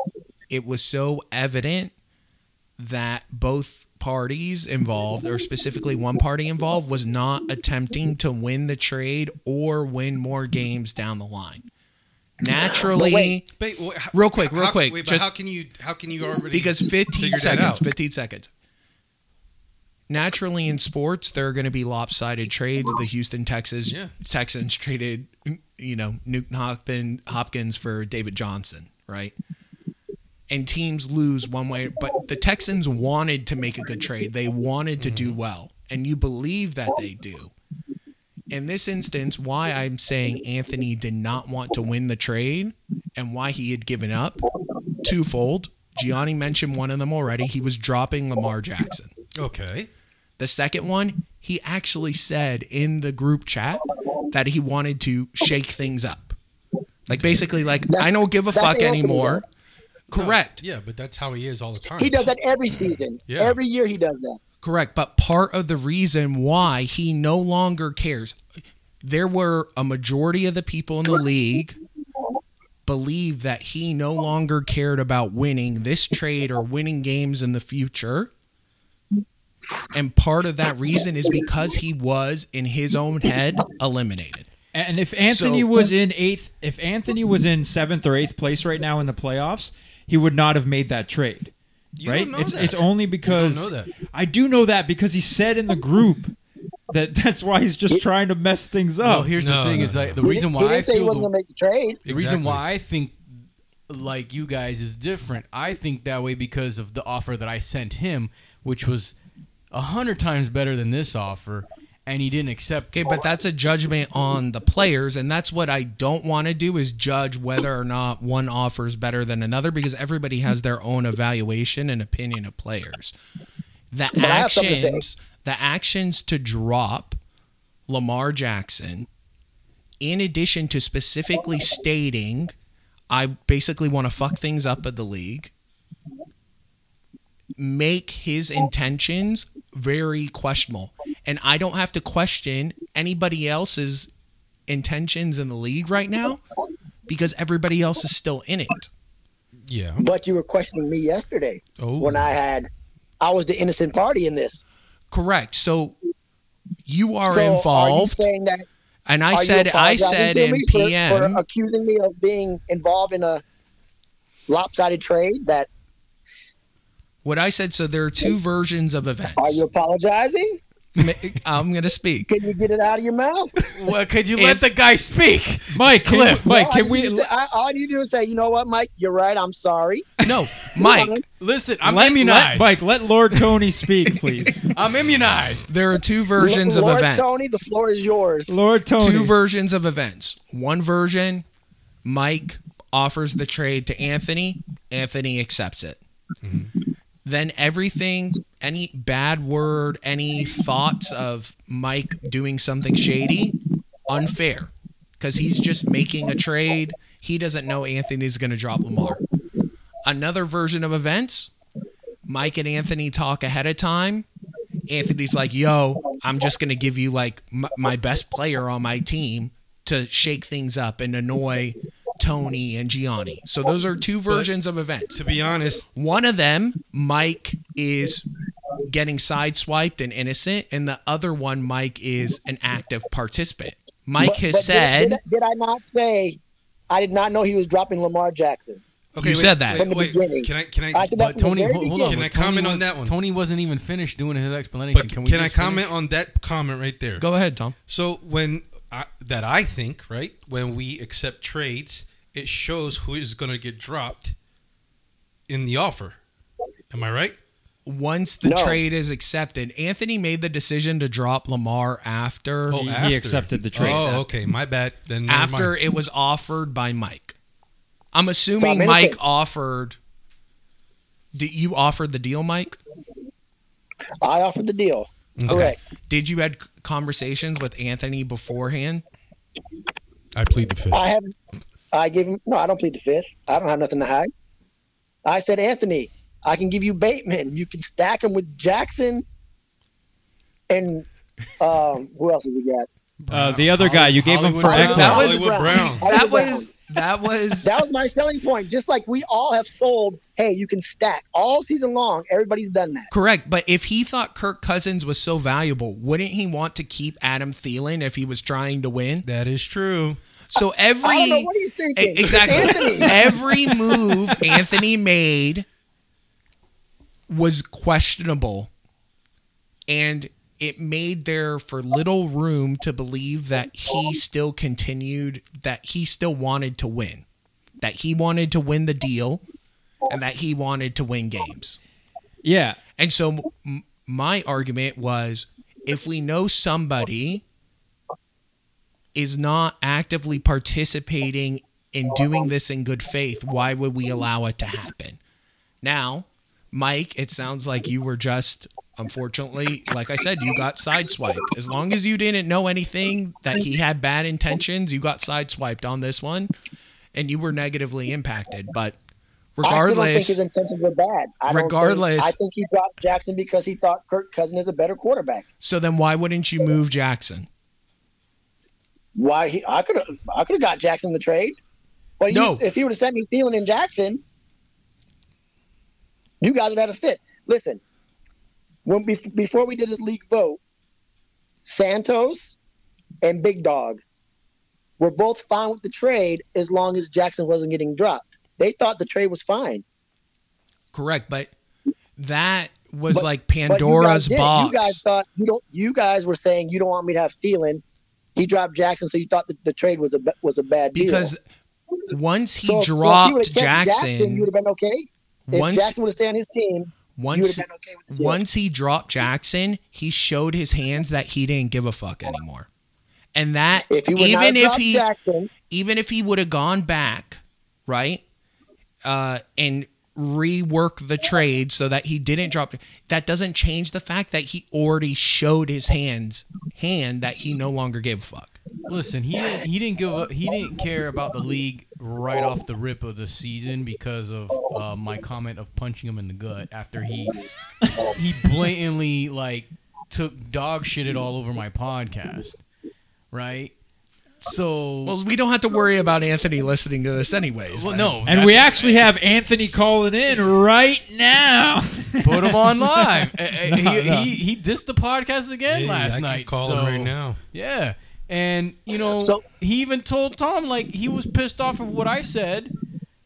Speaker 4: it was so evident that both parties involved, or specifically one party involved, was not attempting to win the trade or win more games down the line. Naturally,
Speaker 5: wait.
Speaker 3: Wait, wait, how-
Speaker 4: Real quick, real
Speaker 3: how-
Speaker 4: quick,
Speaker 3: Wait, but
Speaker 4: just-
Speaker 3: how can you? How can you already? <laughs>
Speaker 4: because 15
Speaker 3: figure that
Speaker 4: seconds,
Speaker 3: out?
Speaker 4: 15 seconds. Naturally, in sports, there are going to be lopsided trades. The Houston Texas
Speaker 3: Yeah.
Speaker 4: Texans traded, you know, Newton Hopkins, Hopkins for David Johnson, right? and teams lose one way but the texans wanted to make a good trade they wanted to do well and you believe that they do in this instance why i'm saying anthony did not want to win the trade and why he had given up twofold gianni mentioned one of them already he was dropping lamar jackson
Speaker 3: Okay.
Speaker 4: the second one he actually said in the group chat that he wanted to shake things up like basically like i don't give a
Speaker 5: that's
Speaker 4: fuck
Speaker 5: Anthony,
Speaker 4: anymore
Speaker 3: No,
Speaker 4: correct
Speaker 3: yeah, but that's how he is all the time.
Speaker 5: He does that every season.
Speaker 3: Yeah.
Speaker 5: Every year he does that.
Speaker 4: Correct. But part of the reason why he no longer cares, there were a majority of the people in the league believe that he no longer cared about winning this trade or winning games in the future. And part of that reason is because he was, in his own head, eliminated.
Speaker 2: And if Anthony
Speaker 4: So-
Speaker 2: was in eighth, if Anthony was in seventh or eighth place right now in the playoffs, he would not have made that trade.
Speaker 3: You
Speaker 2: right?
Speaker 3: don't know
Speaker 2: it's
Speaker 3: that.
Speaker 2: it's only because
Speaker 3: know that.
Speaker 2: I do know that because he said in the group that <laughs> that's why he's just trying to mess things
Speaker 1: No,
Speaker 2: up.
Speaker 1: here's
Speaker 3: No,
Speaker 1: the thing:
Speaker 3: no,
Speaker 1: is
Speaker 3: no.
Speaker 1: like the
Speaker 5: He
Speaker 1: reason
Speaker 5: didn't-
Speaker 1: why
Speaker 5: he didn't
Speaker 1: I
Speaker 5: say he
Speaker 1: feel
Speaker 5: wasn't
Speaker 1: the,
Speaker 5: gonna make the trade.
Speaker 1: the reason
Speaker 3: Exactly.
Speaker 1: why I think like you guys is different. I think that way because of the offer that I sent him, which was a hundred times better than this offer, and he didn't accept.
Speaker 4: Okay,
Speaker 1: it.
Speaker 4: but that's a judgment on the players, and that's what I don't want to do is judge whether or not one offer is better than another because everybody has their own evaluation and opinion of players. The
Speaker 5: But I have something to say.
Speaker 4: actions, the actions to drop Lamar Jackson, in addition to specifically stating, I basically want to fuck things up at the league, make his intentions very questionable. And I don't have to question anybody else's intentions in the league right now because everybody else is still in it.
Speaker 3: Yeah.
Speaker 5: But you were questioning me yesterday
Speaker 3: Oh.
Speaker 5: when I had, I was the innocent party in this.
Speaker 4: Correct. So you are
Speaker 5: So Are you
Speaker 4: involved.
Speaker 5: saying that?
Speaker 4: and I
Speaker 5: are you
Speaker 4: said I
Speaker 5: apologizing
Speaker 4: said
Speaker 5: to
Speaker 4: in
Speaker 5: me for- uh,
Speaker 4: PM
Speaker 5: for accusing me of being involved in a lopsided trade. That
Speaker 4: what I said so there are two versions of
Speaker 5: are you
Speaker 4: events.
Speaker 5: apologizing?
Speaker 4: I'm going to
Speaker 5: <laughs>
Speaker 4: speak.
Speaker 5: Can you get it out of
Speaker 2: <laughs>
Speaker 5: your mouth?
Speaker 1: Well, could you let
Speaker 4: If-
Speaker 1: the guy speak?
Speaker 2: Mike, can
Speaker 1: Cliff.
Speaker 2: we- Mike,
Speaker 5: all
Speaker 2: can
Speaker 5: you
Speaker 2: we?
Speaker 5: do is say- I- all you do is say, you know what, Mike, you're right. I'm sorry.
Speaker 4: No, Mike,
Speaker 1: Listen, I'm
Speaker 2: let, let,
Speaker 1: immunized.
Speaker 2: Mike, let Lord Tony speak, <laughs> please.
Speaker 1: I'm immunized.
Speaker 4: there are two versions
Speaker 5: Lord,
Speaker 4: of events.
Speaker 5: Tony, the floor is yours.
Speaker 2: Lord Tony.
Speaker 4: two versions of events. One version, Mike offers the trade to Anthony. Anthony accepts it. Then everything, any bad word, any thoughts of Mike doing something shady, unfair, because he's just making a trade. He doesn't know Anthony's going to drop Lamar. Another version of events, Mike and Anthony talk ahead of time. Anthony's like, yo, I'm just going to give you like m- my best player on my team to shake things up and annoy Tony and Gianni. So those are two versions of events.
Speaker 3: To be honest,
Speaker 4: One of them, Mike is getting sideswiped and innocent, and the other one, Mike is an active participant. Mike
Speaker 5: But-
Speaker 4: has
Speaker 5: but did-
Speaker 4: said,
Speaker 5: Did, did I not say I did not know he was dropping Lamar Jackson?
Speaker 3: okay,
Speaker 4: You
Speaker 3: wait,
Speaker 4: said that.
Speaker 5: From the
Speaker 3: Wait, wait,
Speaker 5: beginning.
Speaker 3: can I? Can I?
Speaker 5: I said
Speaker 1: But
Speaker 5: that from
Speaker 1: Tony,
Speaker 5: the
Speaker 1: hold,
Speaker 5: very
Speaker 1: hold on.
Speaker 5: beginning.
Speaker 3: Can I
Speaker 1: Tony
Speaker 3: comment on
Speaker 1: was-
Speaker 3: that one?
Speaker 1: Tony wasn't even finished doing his explanation.
Speaker 3: But
Speaker 1: can
Speaker 3: can,
Speaker 1: we
Speaker 3: I
Speaker 1: just
Speaker 3: comment
Speaker 1: finish?
Speaker 3: on that comment right there?
Speaker 4: go ahead, Tom.
Speaker 3: So when I, that I think right when we accept trades, it shows who is going to get dropped in the offer. Am I right?
Speaker 4: Once the
Speaker 5: No.
Speaker 4: trade is accepted, Anthony made the decision to drop Lamar after
Speaker 2: he accepted the trade.
Speaker 3: Oh,
Speaker 4: Accept.
Speaker 3: okay, my bad. Then never
Speaker 4: after
Speaker 3: mind.
Speaker 4: it was offered by Mike. I'm
Speaker 5: So
Speaker 4: assuming
Speaker 5: I'm
Speaker 4: Mike
Speaker 5: innocent.
Speaker 4: offered. Did you offered the deal, Mike?
Speaker 5: I offered the deal.
Speaker 3: Okay.
Speaker 5: Correct.
Speaker 4: Did you had conversations with Anthony beforehand?
Speaker 3: I plead the fifth.
Speaker 5: I haven't. I give him. No, I don't plead the fifth. I don't have nothing to hide. I said, Anthony, I can give you Bateman. You can stack him with Jackson. And um, who else has he
Speaker 4: <laughs>
Speaker 5: got?
Speaker 2: uh, the other
Speaker 1: Holly-
Speaker 2: guy you gave him
Speaker 1: Hollywood
Speaker 2: for
Speaker 1: Brown.
Speaker 2: Ekblad.
Speaker 4: That was-
Speaker 3: Hollywood Brown.
Speaker 4: That
Speaker 5: Hollywood Brown. <laughs>
Speaker 4: was that was
Speaker 5: That was my selling point. Just like we all have sold, hey, you can stack all season long. Everybody's done that.
Speaker 4: correct. But if he thought Kirk Cousins was so valuable, wouldn't he want to keep Adam Thielen if he was trying to win?
Speaker 3: That is true.
Speaker 4: So every
Speaker 5: I don't know what he's thinking.
Speaker 4: E- Exactly. <laughs>
Speaker 5: Anthony.
Speaker 4: Every move Anthony made was questionable. And it made there for little room to believe that he still continued, that he still wanted to win, that he wanted to win the deal, and that he wanted to win games.
Speaker 2: Yeah,
Speaker 4: And so m- my argument was if we know somebody is not actively participating in doing this in good faith, why would we allow it to happen? Now, Mike, it sounds like you were just unfortunately, like I said, you got sideswiped. As long as you didn't know anything that he had bad intentions, you got sideswiped on this one and you were negatively impacted, but
Speaker 5: I still don't think
Speaker 4: regardless
Speaker 5: his intentions were bad. I don't
Speaker 4: Regardless-
Speaker 5: think, I think he dropped Jackson because he thought Kirk Cousins is a better quarterback.
Speaker 4: So then why wouldn't you move Jackson?
Speaker 5: Why he? I could have. I could have got Jackson in the trade, but he-
Speaker 4: No.
Speaker 5: if he would have sent me Thielen and Jackson, you guys would have had a fit. Listen, when bef- before we did this league vote, Santos and Big Dog were both fine with the trade as long as Jackson wasn't getting dropped. They thought the trade was fine.
Speaker 4: Correct, but that was
Speaker 5: But-
Speaker 4: like
Speaker 5: But you guys
Speaker 4: Pandora's
Speaker 5: did.
Speaker 4: box.
Speaker 5: You guys thought you don't. You guys were saying you don't want me to have Thielen. He dropped Jackson, so you thought the, the trade was a ba- was a bad deal.
Speaker 4: because once he
Speaker 5: So- so if you
Speaker 4: dropped
Speaker 5: would've kept
Speaker 4: Jackson,
Speaker 5: you would have been okay. If
Speaker 4: once
Speaker 5: Jackson would have stayed on his team, you would
Speaker 4: once
Speaker 5: have been okay with the deal.
Speaker 4: once he dropped Jackson, he showed his hands that he didn't give a fuck anymore. And that
Speaker 5: if you would not have
Speaker 4: even if
Speaker 5: dropped
Speaker 4: he
Speaker 5: Jackson,
Speaker 4: even if he would have gone back, right? Uh and rework the trade so that he didn't drop that doesn't change the fact that he already showed his hands hand that he no longer gave a fuck.
Speaker 1: Listen, he didn't, he didn't give up. He didn't care about the league right off the rip of the season because of uh, my comment of punching him in the gut after he he blatantly like took dog shit it all over my podcast, right? So
Speaker 4: Well, we don't have to worry about Anthony listening to this anyways.
Speaker 1: well, no,
Speaker 2: And we
Speaker 1: that's-
Speaker 2: actually have Anthony calling in right now.
Speaker 1: put him on live. Eh, eh, he,
Speaker 2: no.
Speaker 1: he he dissed the podcast again
Speaker 3: Yeah,
Speaker 1: last
Speaker 3: I
Speaker 1: night.
Speaker 3: Can call
Speaker 1: so-
Speaker 3: him right now.
Speaker 1: Yeah. And you know,
Speaker 5: So-
Speaker 1: he even told Tom like he was pissed off of what I said,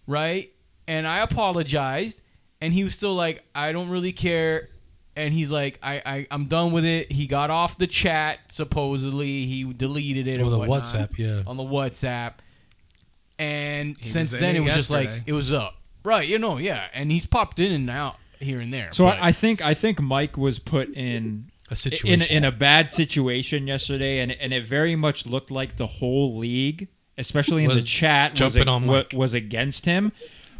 Speaker 1: right? And I apologized, and he was still like, I don't really care. And he's like, I, I I'm done with it. He got off the chat supposedly. He deleted it.
Speaker 3: Or
Speaker 1: or
Speaker 3: the
Speaker 1: whatnot
Speaker 3: WhatsApp, yeah.
Speaker 1: on the WhatsApp. And
Speaker 4: He
Speaker 1: since
Speaker 4: was in
Speaker 1: then,
Speaker 4: it
Speaker 1: it was just like
Speaker 4: yesterday.
Speaker 1: it was up, right? You know, yeah. And he's popped in and out here and there.
Speaker 2: So
Speaker 1: but-
Speaker 2: I, I think I think Mike was put in
Speaker 3: A
Speaker 2: in,
Speaker 3: situation.
Speaker 2: in a bad situation yesterday, and, and it very much looked like the whole league, especially in
Speaker 3: Was
Speaker 2: the chat, was,
Speaker 3: jumping on
Speaker 2: wa-
Speaker 3: Mike.
Speaker 2: was against him.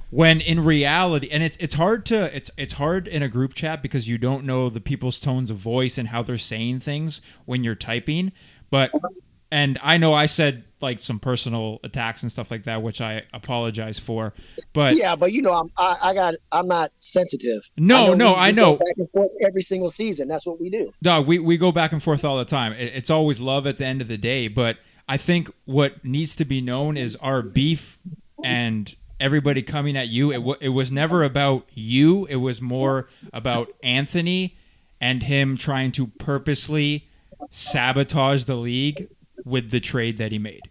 Speaker 2: When in reality, and it's it's hard to it's it's hard in a group chat because you don't know the people's tones of voice and how they're saying things when you're typing. But and I know I said like some personal attacks and stuff like that, which I apologize for. But
Speaker 5: yeah, but you know, I'm, I, I got, I'm not sensitive.
Speaker 2: No, no,
Speaker 5: we- we
Speaker 2: I
Speaker 5: go
Speaker 2: know.
Speaker 5: back and forth every single season. That's what we do.
Speaker 2: Dog, we, we go back and forth all the time. It- It's always love at the end of the day. But I think what needs to be known is our beef and everybody coming at you. It, w- it was never about you, it was more about Anthony and him trying to purposely sabotage the league with the trade that he made.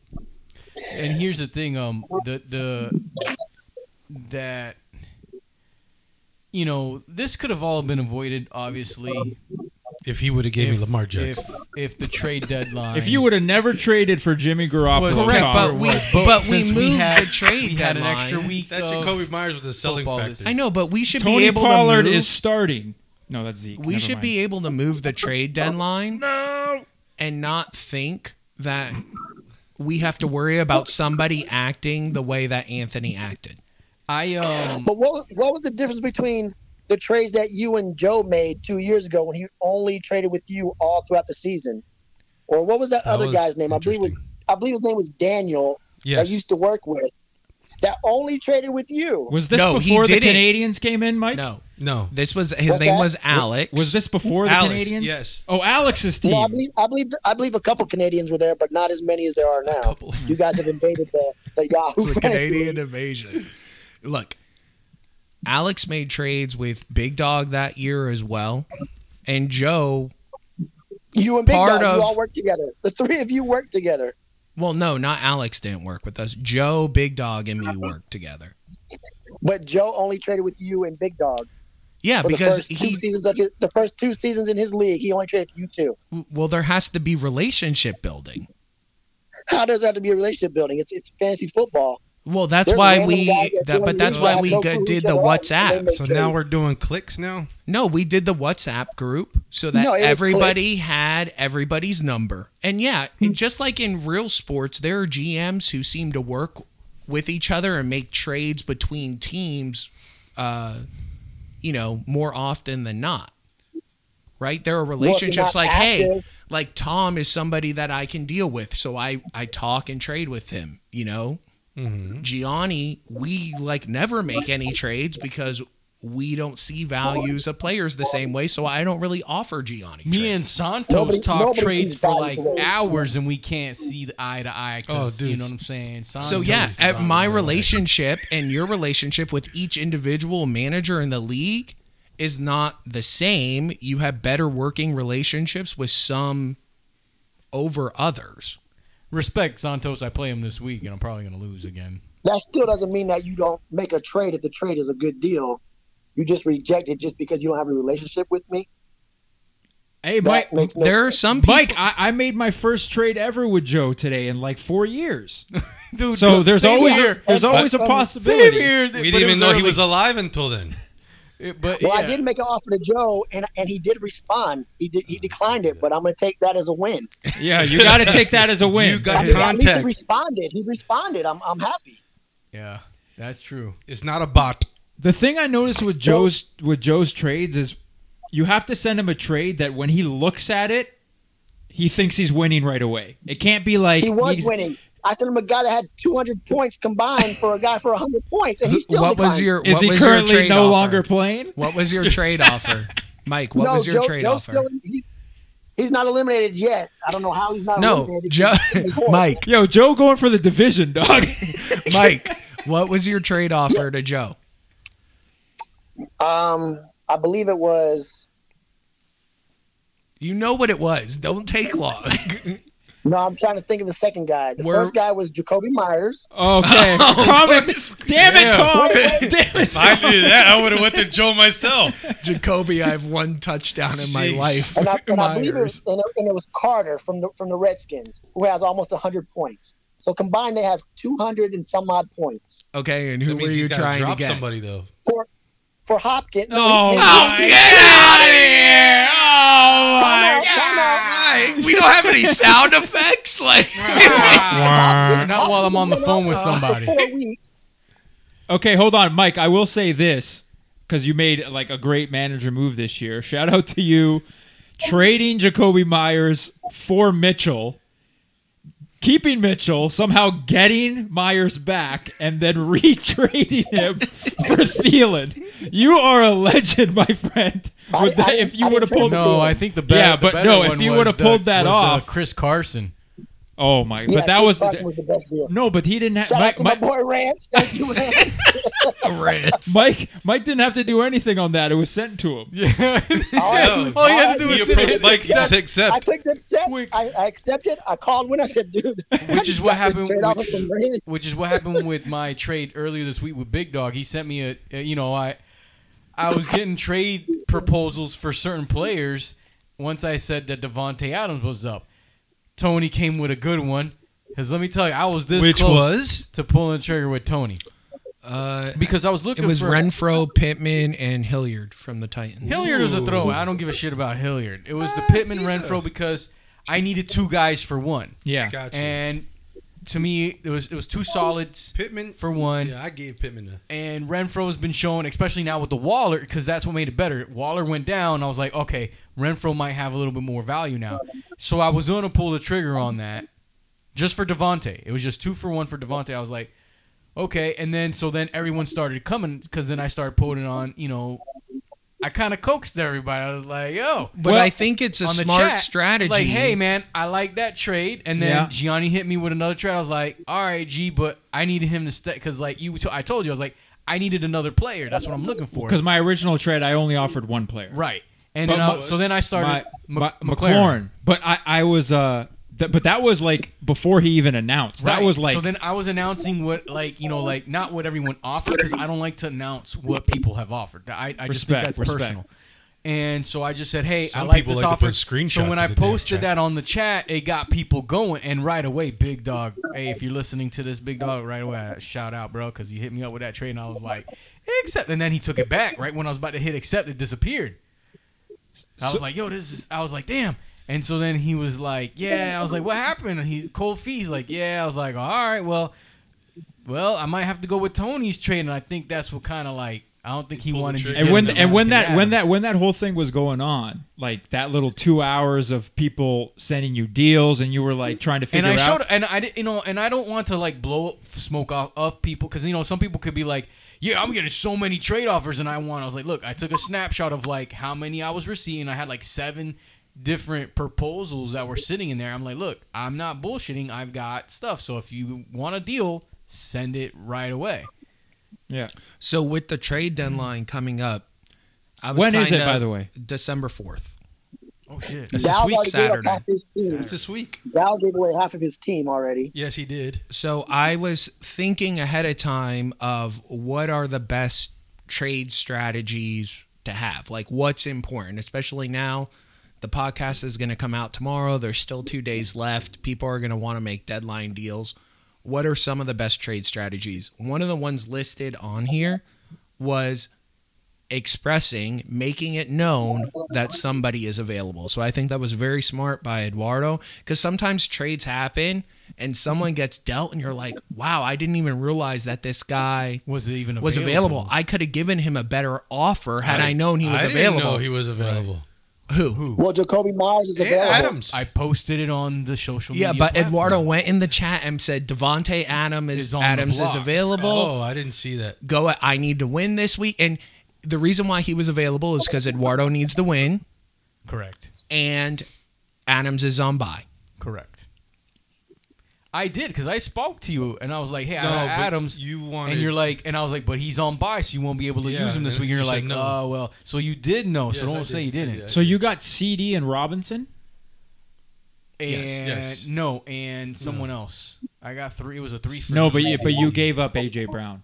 Speaker 1: and here's the thing um the the that you know this could have all been avoided obviously
Speaker 3: if he would have gave
Speaker 1: if,
Speaker 3: me Lamar Jackson,
Speaker 1: if if the trade deadline
Speaker 2: If you would have never traded for Jimmy Garoppolo,
Speaker 1: Was
Speaker 4: Correct,
Speaker 1: Tom.
Speaker 4: but we
Speaker 1: But
Speaker 4: but we
Speaker 1: since
Speaker 4: moved
Speaker 1: we had-
Speaker 4: the trade
Speaker 1: we had an extra
Speaker 4: deadline.
Speaker 1: week
Speaker 3: that
Speaker 1: of-
Speaker 3: Jacoby Myers was a selling
Speaker 1: football
Speaker 3: factor.
Speaker 1: this-
Speaker 4: I know, but we should be
Speaker 2: Tony
Speaker 4: able
Speaker 2: Pollard
Speaker 4: to move.
Speaker 2: is starting. No, that's Zeke.
Speaker 4: we
Speaker 2: Never
Speaker 4: should
Speaker 2: mind.
Speaker 4: be able to move the trade
Speaker 1: Oh,
Speaker 4: deadline. and not think that we have to worry about somebody acting the way that Anthony acted.
Speaker 1: i um
Speaker 5: But what, what was the difference between the trades that you and Joe made two years ago when he only traded with you all throughout the season? Or what was that,
Speaker 3: That
Speaker 5: other
Speaker 3: was
Speaker 5: guy's name? I believe it was, I believe his name was Daniel.
Speaker 3: Yes.
Speaker 5: I used to work with. That only traded with you.
Speaker 2: Was this
Speaker 4: No, he
Speaker 2: before the
Speaker 4: didn't.
Speaker 2: Canadians came in, Mike?
Speaker 4: No,
Speaker 3: no.
Speaker 4: this was his
Speaker 5: What's
Speaker 4: name
Speaker 5: that?
Speaker 4: was Alex.
Speaker 2: Was this before the
Speaker 3: Alex,
Speaker 2: Canadians?
Speaker 3: yes.
Speaker 2: Oh, Alex's team.
Speaker 5: No, I believe, I believe I believe a couple Canadians were there, but not as many as there are now.
Speaker 3: couple.
Speaker 5: You guys have invaded the,
Speaker 4: <laughs>
Speaker 5: the Yahoo.
Speaker 4: It's a
Speaker 5: Fantasy
Speaker 4: Canadian
Speaker 5: League.
Speaker 4: invasion? Look, Alex made trades with Big Dog that year as well, and Joe.
Speaker 5: You and Big
Speaker 4: part
Speaker 5: Dog, you
Speaker 4: of-
Speaker 5: all work together. The three of you work together.
Speaker 4: Well, no, not Alex didn't work with us. Joe, Big Dog, and me worked together.
Speaker 5: But Joe only traded with you and Big Dog
Speaker 4: Yeah,
Speaker 5: for
Speaker 4: because
Speaker 5: the first two
Speaker 4: he
Speaker 5: seasons of his, the first two seasons in his league. He only traded with you two.
Speaker 4: well, there has to be relationship building.
Speaker 5: How does that have to be a relationship building? It's it's fantasy football.
Speaker 4: Well, that's
Speaker 5: There's
Speaker 4: why
Speaker 5: random
Speaker 4: we
Speaker 5: guys that
Speaker 4: that,
Speaker 5: join
Speaker 4: but that's
Speaker 5: leagues
Speaker 4: why
Speaker 5: that
Speaker 4: we
Speaker 5: don't
Speaker 4: g-
Speaker 5: know
Speaker 4: did
Speaker 5: each
Speaker 4: the
Speaker 5: other and they
Speaker 4: WhatsApp.
Speaker 5: make
Speaker 3: So now
Speaker 5: trades.
Speaker 3: we're doing clicks now.
Speaker 4: No, we did the WhatsApp group so that
Speaker 5: No, it was
Speaker 4: everybody had everybody's number. And yeah,
Speaker 5: Hmm.
Speaker 4: and just like in real sports, there are GMs who seem to work with each other and make trades between teams, uh, you know, more often than not. Right? There are relationships
Speaker 5: not
Speaker 4: like, hey,
Speaker 5: active-
Speaker 4: like Tom is somebody that I can deal with, so I I talk and trade with him. You know, Mm-hmm. Gianni, we like never make any trades because we don't see values of players the same way. So I don't really offer Gianni. trades.
Speaker 1: me and Santos
Speaker 5: Nobody-
Speaker 1: talk
Speaker 5: nobody
Speaker 1: trades
Speaker 5: sees
Speaker 1: for
Speaker 5: value
Speaker 1: like
Speaker 5: for it.
Speaker 1: hours, and we can't see the eye to eye. 'cause,
Speaker 3: Oh, dude.
Speaker 1: you know what I'm saying? Santos
Speaker 4: so yeah,
Speaker 1: is
Speaker 4: at
Speaker 1: on
Speaker 4: my
Speaker 1: the-
Speaker 4: relationship and your relationship with each individual manager in the league is not the same. You have better working relationships with some over others.
Speaker 1: respect Santos. I play him this week, and I'm probably going to lose again.
Speaker 5: That still doesn't mean that you don't make a trade if the trade is a good deal. You just reject it just because you don't have a relationship with me.
Speaker 2: Hey, Mike,
Speaker 5: That makes no
Speaker 4: There are some people.
Speaker 2: Mike, I, I made my first trade ever with Joe today in like four
Speaker 4: <laughs>
Speaker 2: years.
Speaker 1: <laughs> Dude,
Speaker 2: So
Speaker 1: dude,
Speaker 2: there's
Speaker 1: same
Speaker 2: always
Speaker 1: here.
Speaker 2: there's always a
Speaker 5: Same
Speaker 1: Same
Speaker 2: possibility.
Speaker 1: here.
Speaker 3: We didn't even know he was alive until then.
Speaker 1: A, but
Speaker 5: Well, I
Speaker 1: yeah.
Speaker 5: did make an offer to Joe, and and he did respond. He did,
Speaker 4: Oh,
Speaker 5: he declined it, but I'm going to take that as a win.
Speaker 2: Yeah, you got to take that as a win.
Speaker 3: You
Speaker 5: I
Speaker 3: got
Speaker 5: mean, at least he
Speaker 3: contact.
Speaker 5: responded. He responded. I'm I'm happy.
Speaker 1: Yeah, that's true.
Speaker 3: It's not a bot.
Speaker 2: The thing I noticed with Joe's with Joe's trades is you have to send him a trade that when he looks at it, he thinks he's winning right away. It can't be like
Speaker 5: He was
Speaker 2: he's-
Speaker 5: winning. I sent him a guy that had 200 points combined for a guy for 100 points, and he still
Speaker 4: What was
Speaker 5: declined.
Speaker 4: your?
Speaker 2: Is
Speaker 4: what
Speaker 2: he
Speaker 4: was
Speaker 2: currently
Speaker 4: your trade
Speaker 2: no
Speaker 4: offer?
Speaker 2: longer playing?
Speaker 4: What was your
Speaker 2: <laughs>
Speaker 4: trade offer, Mike? What
Speaker 5: No,
Speaker 4: was your
Speaker 5: Joe-
Speaker 4: trade
Speaker 5: Joe's
Speaker 4: offer?
Speaker 5: still- he's, he's not eliminated yet. I don't know how he's not
Speaker 4: no,
Speaker 5: eliminated.
Speaker 4: Joe, <laughs>
Speaker 5: He's before.
Speaker 4: Mike,
Speaker 2: Yo, Joe going for the division,
Speaker 4: <laughs>
Speaker 2: dog.
Speaker 4: Mike.
Speaker 1: <laughs>
Speaker 4: What was your trade offer to Joe?
Speaker 5: Um, I believe it was.
Speaker 4: You know what it was. Don't
Speaker 1: <laughs>
Speaker 4: take long.
Speaker 5: No, I'm trying to think of the second guy. The
Speaker 4: Where-
Speaker 5: first guy was Jacoby Myers.
Speaker 2: Okay,
Speaker 4: Oh,
Speaker 2: Tom, damn it,
Speaker 3: Yeah.
Speaker 2: Tom, damn it.
Speaker 3: If <laughs> I knew that, I would have went to Joe myself.
Speaker 4: Jacoby, I have one touchdown in my
Speaker 3: Jeez.
Speaker 1: <laughs>
Speaker 4: life.
Speaker 5: And I, and I believe it
Speaker 4: Myers.
Speaker 5: was, and, it, and it was Carter from the from the Redskins, who has almost 100 points. So combined, they have 200 and some odd points.
Speaker 4: Okay, and
Speaker 3: That
Speaker 4: who were
Speaker 3: means
Speaker 4: you
Speaker 3: he's got to
Speaker 4: trying to
Speaker 3: drop
Speaker 4: get?
Speaker 3: somebody though.
Speaker 5: For for Hopkins. no,
Speaker 2: Oh, my
Speaker 5: he-
Speaker 1: <laughs>
Speaker 4: out of here! Oh
Speaker 5: Time out, time out.
Speaker 4: We don't have any sound effects. Like <laughs>
Speaker 1: Not while I'm on the phone with somebody.
Speaker 5: Four weeks.
Speaker 2: Okay, hold on, Mike. I will say this because you made like a great manager move this year. Shout out to you trading Jacoby Myers for Mitchell, keeping Mitchell, somehow getting Myers back, and then <laughs> retrading him for Thielen. You are a legend, my friend.
Speaker 5: I-
Speaker 2: With that,
Speaker 5: I-
Speaker 2: if you
Speaker 5: I
Speaker 2: would have
Speaker 5: didn't
Speaker 2: pulled,
Speaker 5: trade
Speaker 1: No, I think the better.
Speaker 2: Yeah,
Speaker 1: the
Speaker 2: but
Speaker 1: better
Speaker 2: no, if
Speaker 1: one
Speaker 2: you
Speaker 1: was
Speaker 2: would've
Speaker 1: the-
Speaker 2: pulled that
Speaker 1: was the
Speaker 2: off-
Speaker 1: Chris Carson.
Speaker 2: oh my,
Speaker 5: Yeah,
Speaker 2: but that
Speaker 5: Chris
Speaker 2: was
Speaker 5: Carson was the best deal.
Speaker 2: no, but he didn't have
Speaker 5: Shout out
Speaker 2: Mike,
Speaker 5: to my,
Speaker 2: Mike,
Speaker 5: boy Rance. Thank you, Rance.
Speaker 4: Rants.
Speaker 2: Mike. Mike didn't have to do anything on that. It was sent to him.
Speaker 1: Yeah.
Speaker 5: All I did
Speaker 1: <laughs>
Speaker 5: was-
Speaker 1: All you had
Speaker 5: all
Speaker 1: to do
Speaker 5: I
Speaker 1: was sit
Speaker 5: did was
Speaker 1: there.
Speaker 3: approached Mike. He
Speaker 5: accept.
Speaker 3: said,
Speaker 5: I
Speaker 3: accept.
Speaker 5: clicked upset.
Speaker 1: Quick.
Speaker 5: I, I accepted. I called when I said, "Dude," I
Speaker 1: which is
Speaker 5: just <laughs>
Speaker 1: what
Speaker 5: got this
Speaker 1: happened.
Speaker 5: trade offer
Speaker 1: Which,
Speaker 5: from Rance.
Speaker 1: <laughs> which is what happened with my trade earlier this week with Big Dog. He sent me a, a- you know, I, I was getting trade proposals for certain players. Once I said that Devonte Adams was up, Tony came with a good one. Because let me tell you, I was this
Speaker 3: Which
Speaker 1: close
Speaker 3: was?
Speaker 1: to pulling the trigger with Tony
Speaker 4: Uh,
Speaker 1: because I was looking.
Speaker 4: it was
Speaker 1: for,
Speaker 4: Renfro, Pittman, and Hilliard from the Titans.
Speaker 1: Hilliard was a throw. I don't give a shit about Hilliard. It
Speaker 3: Ah,
Speaker 1: was the Pittman Renfro because I needed two guys for one,
Speaker 2: Yeah.
Speaker 3: Gotcha.
Speaker 1: and to me, it was it was two solids
Speaker 3: Pittman.
Speaker 1: for one.
Speaker 3: Yeah, I gave Pittman a.
Speaker 1: and Renfro's been shown, especially now with the Waller, because that's what made it better. Waller went down. I was like, okay, Renfro might have a little bit more value now. So I was going to pull the trigger on that just for Devontae. It was just two for one for Devontae. I was like, okay. And then, so then everyone started coming because then I started putting on, you know, I kind of coaxed everybody. I was like, yo.
Speaker 4: But
Speaker 2: Well,
Speaker 4: I think it's a
Speaker 1: on the
Speaker 4: smart
Speaker 1: chat,
Speaker 4: strategy.
Speaker 1: Like, hey, man, I like that trade. And then
Speaker 2: Yeah.
Speaker 1: Gianni hit me with another trade. I was like, all right, G, but I needed him to stay. Because, like, you, I told you, I was like, I needed another player. That's what I'm looking for.
Speaker 2: Because my original trade, I only offered one player.
Speaker 1: Right. And
Speaker 2: But
Speaker 1: then I-
Speaker 2: my-
Speaker 1: so then I started
Speaker 2: my,
Speaker 1: Mc-
Speaker 2: my- McLaurin. But I, I was uh, th- but that was like before he even announced. That
Speaker 1: Right.
Speaker 2: was like
Speaker 1: so. Then I was announcing what, like you know, like not what everyone offered because I don't like to announce what people have offered. I, I just
Speaker 2: Respect,
Speaker 1: think that's
Speaker 2: respect.
Speaker 1: personal. And so I just said, hey, I
Speaker 3: Some
Speaker 1: like
Speaker 3: people
Speaker 1: this
Speaker 3: like
Speaker 1: offer.
Speaker 3: to put screenshots
Speaker 1: so when
Speaker 3: in
Speaker 1: I
Speaker 3: the damn
Speaker 1: posted
Speaker 3: chat.
Speaker 1: that on the chat, it got people going. And right away, Big Dog, hey, if you're listening to this, Big Dog, right away, I shout out, bro, because you hit me up with that trade, and I was like, accept. And then he took it back right when I was about to hit accept. It disappeared. I was like, yo, this is. I was like, damn. And so then he was like, yeah. I was like, what happened? And he cold feet. He's like, yeah. I was like, all right, well, well, I might have to go with Tony's trade, and I think that's what kind of like. I don't think he
Speaker 3: Pull the
Speaker 1: wanted.
Speaker 3: trigger.
Speaker 2: and
Speaker 3: Yeah,
Speaker 2: when
Speaker 3: no,
Speaker 2: and when that when
Speaker 1: that.
Speaker 2: that when that whole thing was going on, like that little two hours of people sending you deals, and you were like trying to
Speaker 1: and
Speaker 2: figure
Speaker 1: I
Speaker 2: out.
Speaker 1: showed, and I did, you know, and I don't want to like blow up smoke off of people because you know some people could be like, yeah, I'm getting so many trade offers and I want. I was like, look, I took a snapshot of like how many I was receiving. I had like seven different proposals that were sitting in there. I'm like, look, I'm not bullshitting. I've got stuff. So if you want a deal, send it right away.
Speaker 2: yeah,
Speaker 4: So with the trade deadline coming up, I was
Speaker 2: when is it?
Speaker 4: kinda-
Speaker 2: By the way,
Speaker 4: December fourth.
Speaker 1: Oh shit.
Speaker 3: That's
Speaker 5: Dow
Speaker 3: this week.
Speaker 5: already gave up
Speaker 4: Saturday.
Speaker 5: half his team.
Speaker 3: That's this week.
Speaker 5: Dow gave away half of his team already.
Speaker 3: Yes, he did.
Speaker 4: So I was thinking ahead of time of what are the best trade strategies to have? Like what's important, especially now. The podcast is going to come out tomorrow. There's still two days left. People are going to want to make deadline deals. What are some of the best trade strategies? One of the ones listed on here was expressing, making it known that somebody is available. So I think that was very smart by Eduardo because sometimes trades happen and someone gets dealt and you're like, wow, I didn't even realize that this guy
Speaker 1: Was it even available?
Speaker 4: was available. I could have given him a better offer had I, known he was
Speaker 3: I
Speaker 4: available.
Speaker 3: Didn't know he was available.
Speaker 4: Who?
Speaker 5: Well, Jacoby Myers is
Speaker 3: And
Speaker 5: available.
Speaker 3: Adams.
Speaker 1: I posted it on the social
Speaker 4: Yeah,
Speaker 1: media.
Speaker 4: but
Speaker 1: platform.
Speaker 4: Eduardo went in the chat and said Devonte Adam is,
Speaker 1: Is on the
Speaker 4: Adams is
Speaker 1: block.
Speaker 4: available.
Speaker 3: oh, I didn't see that.
Speaker 4: go at, I need to win this week. And the reason why he was available is because Eduardo needs to win
Speaker 1: Correct.
Speaker 4: and Adams is on by.
Speaker 1: Correct. I did because I spoke to you and I was like, "Hey, I
Speaker 3: No,
Speaker 1: got
Speaker 3: but
Speaker 1: Adams."
Speaker 3: you wanted-
Speaker 1: and you're like, and I was like, "But he's on by, so you won't be able to
Speaker 3: Yeah,
Speaker 1: use him this
Speaker 3: and
Speaker 1: week." And you're
Speaker 3: you said
Speaker 1: like,
Speaker 3: no.
Speaker 1: "Oh well." So you did know. "Oh, so
Speaker 3: Yes,
Speaker 1: don't
Speaker 3: I
Speaker 1: say
Speaker 3: did.
Speaker 1: you didn't.
Speaker 3: Yeah.
Speaker 2: So you got CD and Robinson.
Speaker 1: And
Speaker 3: Yes, yes.
Speaker 1: no, and someone else. I got three. It was a three. for
Speaker 2: No,
Speaker 1: me.
Speaker 2: but you, but you gave up AJ Brown.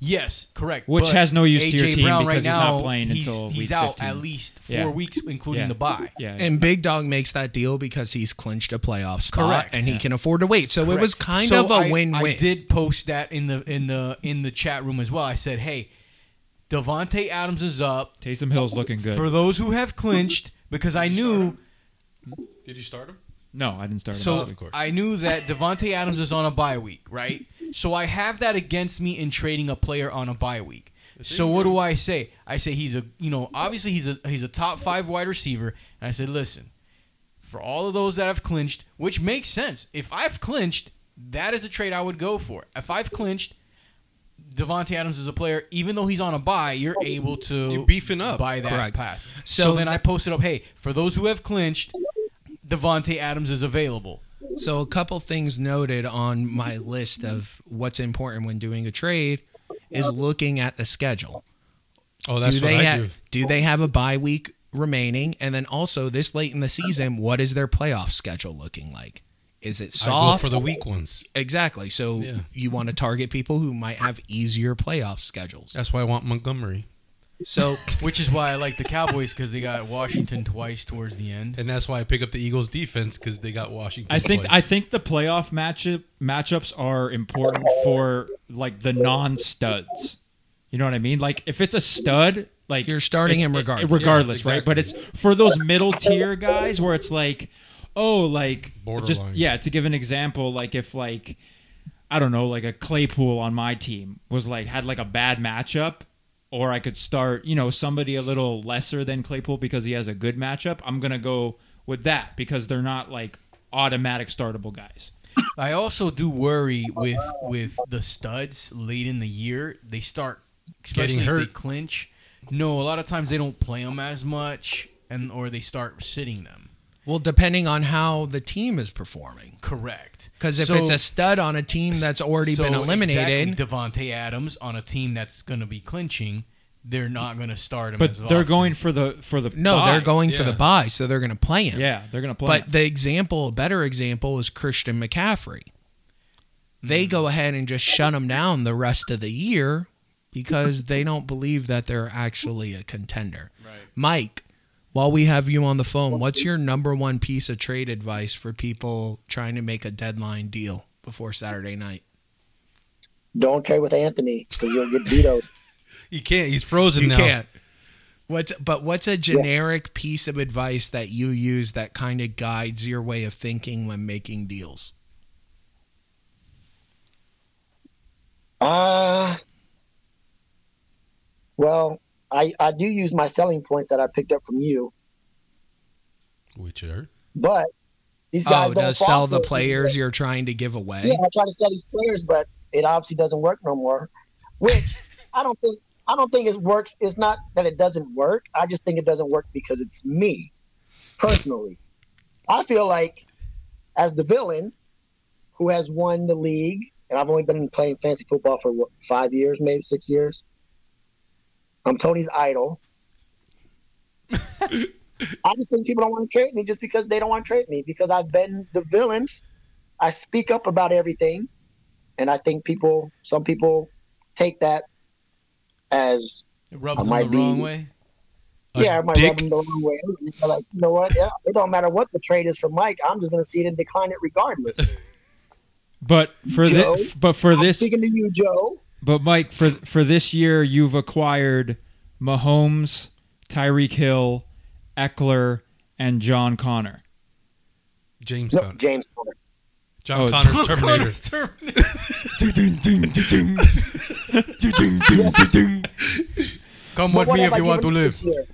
Speaker 1: yes, correct.
Speaker 2: Which
Speaker 1: But
Speaker 2: has no use to your
Speaker 1: AJ
Speaker 2: team
Speaker 1: Brown
Speaker 2: because
Speaker 1: right
Speaker 2: he's not
Speaker 1: now,
Speaker 2: playing
Speaker 1: he's,
Speaker 2: until
Speaker 1: he's
Speaker 2: week
Speaker 1: out
Speaker 2: 15.
Speaker 1: at least four
Speaker 2: Yeah.
Speaker 1: weeks, including
Speaker 2: Yeah.
Speaker 1: the bye.
Speaker 2: Yeah.
Speaker 4: And Big Dog makes that deal because he's clinched a playoff spot
Speaker 1: Correct.
Speaker 4: and he can afford to wait. So it was
Speaker 1: Correct.
Speaker 4: kind
Speaker 1: So
Speaker 4: of a
Speaker 1: I-
Speaker 4: win
Speaker 1: I
Speaker 4: win.
Speaker 1: did post that in the in the in the chat room as well. I said, "Hey, Devonte Adams is up
Speaker 2: Taysom Hill's looking good.
Speaker 1: for those who have clinched." Because I knew
Speaker 3: Did you start him?
Speaker 2: no, I didn't start him.
Speaker 1: so,
Speaker 2: last week.
Speaker 3: course.
Speaker 1: I knew that Devonte Adams is on a bye week, right? So I have that against me in trading a player on a bye week. So what do I say? I say he's a you know obviously he's a he's a top five wide receiver, and I said listen, for all of those that have clinched, which makes sense. If I've clinched, that is a trade I would go for. If I've clinched, Devonte Adams is a player, even though he's on a bye, you're able to
Speaker 3: Oh, You're beefing up.
Speaker 1: buy that
Speaker 4: Correct.
Speaker 1: pass. So,
Speaker 4: So
Speaker 1: then I
Speaker 4: that-
Speaker 1: posted up, hey, for those who have clinched, Devonte Adams is available.
Speaker 4: So a couple things noted on my list of what's important when doing a trade is looking at the schedule.
Speaker 3: Oh, that's
Speaker 4: do
Speaker 3: what
Speaker 4: they
Speaker 3: I
Speaker 4: ha-
Speaker 3: do.
Speaker 4: they have a bye week remaining? And then also this late in the season, what is their playoff schedule looking like? Is it
Speaker 3: I go
Speaker 4: soft?
Speaker 3: for the weak ones.
Speaker 4: exactly. So
Speaker 3: Yeah.
Speaker 4: you want to target people who might have easier playoff schedules.
Speaker 3: That's why I want Montgomery,
Speaker 4: So
Speaker 1: Which is why I like the Cowboys because they got Washington twice towards the end.
Speaker 3: and that's why I pick up the Eagles defense because they got Washington.
Speaker 2: I think
Speaker 3: twice.
Speaker 2: I think the playoff matchup matchups are important for like the non studs. You know what I mean? Like if it's a stud, like
Speaker 4: You're starting him regardless.
Speaker 2: regardless,
Speaker 3: Yeah,
Speaker 2: right? But it's for those middle tier guys where it's like, oh, like just
Speaker 3: Borderline.
Speaker 2: yeah. To give an example, like if like I don't know, like a Claypool on my team was like had like a bad matchup. Or I could start, you know, somebody a little lesser than Claypool because he has a good matchup. I'm gonna go with that because they're not like automatic startable guys.
Speaker 1: I also do worry with with the studs late in the year. They start especially
Speaker 3: Getting
Speaker 1: if They
Speaker 3: hurt.
Speaker 1: clinch. No, a lot of times they don't play them as much, and or they start sitting them.
Speaker 4: well, depending on how the team is performing.
Speaker 1: Correct.
Speaker 4: Because if
Speaker 1: So-
Speaker 4: it's a stud on a team that's already been
Speaker 1: so
Speaker 4: eliminated,
Speaker 1: exactly, Devontae Adams on a team that's going to be clinching, they're not going to start him.
Speaker 2: But
Speaker 1: as
Speaker 2: they're
Speaker 1: often.
Speaker 2: going for the for the
Speaker 4: no,
Speaker 2: bye.
Speaker 4: they're going for
Speaker 3: Yeah.
Speaker 4: the bye, so they're going to play him.
Speaker 2: Yeah, they're gonna play.
Speaker 4: But the example, a better example, is Christian McCaffrey. They go ahead and just shut him down the rest of the year because they don't believe that they're actually a contender. Right. Mike, while we have you on the phone, what's your number one piece of trade advice for people trying to make a deadline deal before Saturday night?
Speaker 5: Don't trade with Anthony because you'll get vetoed.
Speaker 3: you can't. He's frozen now.
Speaker 4: What's but what's a generic piece of advice that you use that kind of guides your way of thinking when making deals?
Speaker 5: Ah. well, I I do use my selling points that I picked up from you,
Speaker 3: Which are
Speaker 5: but these guys
Speaker 4: Oh,
Speaker 5: don't
Speaker 4: to sell the
Speaker 5: profit.
Speaker 4: players you're trying to give away.
Speaker 5: Yeah, I try to sell these players, but it obviously doesn't work no more. Which I don't think I don't think it works. It's not that it doesn't work. I just think it doesn't work because it's me personally. I feel like as the villain who has won the league, and I've only been playing fantasy football for what, five years, maybe six years. I'm Tony's idol. I just think people don't want to trade me just because they don't want to trade me because I've been the villain. I speak up about everything, and I think people, some people, take that as
Speaker 1: It
Speaker 5: I
Speaker 1: rubs them
Speaker 5: might
Speaker 1: the wrong
Speaker 5: be-
Speaker 1: way.
Speaker 3: A
Speaker 5: yeah, I might
Speaker 3: dick.
Speaker 5: rub them the wrong way. And they're like, you know what? Yeah, it don't matter what the trade is for Mike. I'm just going to see it and decline it regardless.
Speaker 2: But for
Speaker 5: Joe,
Speaker 2: this, but for
Speaker 5: I'm
Speaker 2: this,
Speaker 5: speaking to you, Joe.
Speaker 2: but Mike, for for this year, you've acquired Mahomes, Tyreek Hill, Eckler, and John Connor.
Speaker 3: James
Speaker 5: No,
Speaker 3: Conner.
Speaker 5: James Conner.
Speaker 3: John
Speaker 2: Oh,
Speaker 1: <laughs>
Speaker 3: Connor's Terminator.
Speaker 5: <laughs>
Speaker 4: <laughs>
Speaker 1: Terminator. Come
Speaker 5: But
Speaker 1: with
Speaker 5: what
Speaker 1: me
Speaker 5: have
Speaker 1: if
Speaker 5: I
Speaker 1: you want to
Speaker 5: given
Speaker 1: live.
Speaker 5: this year?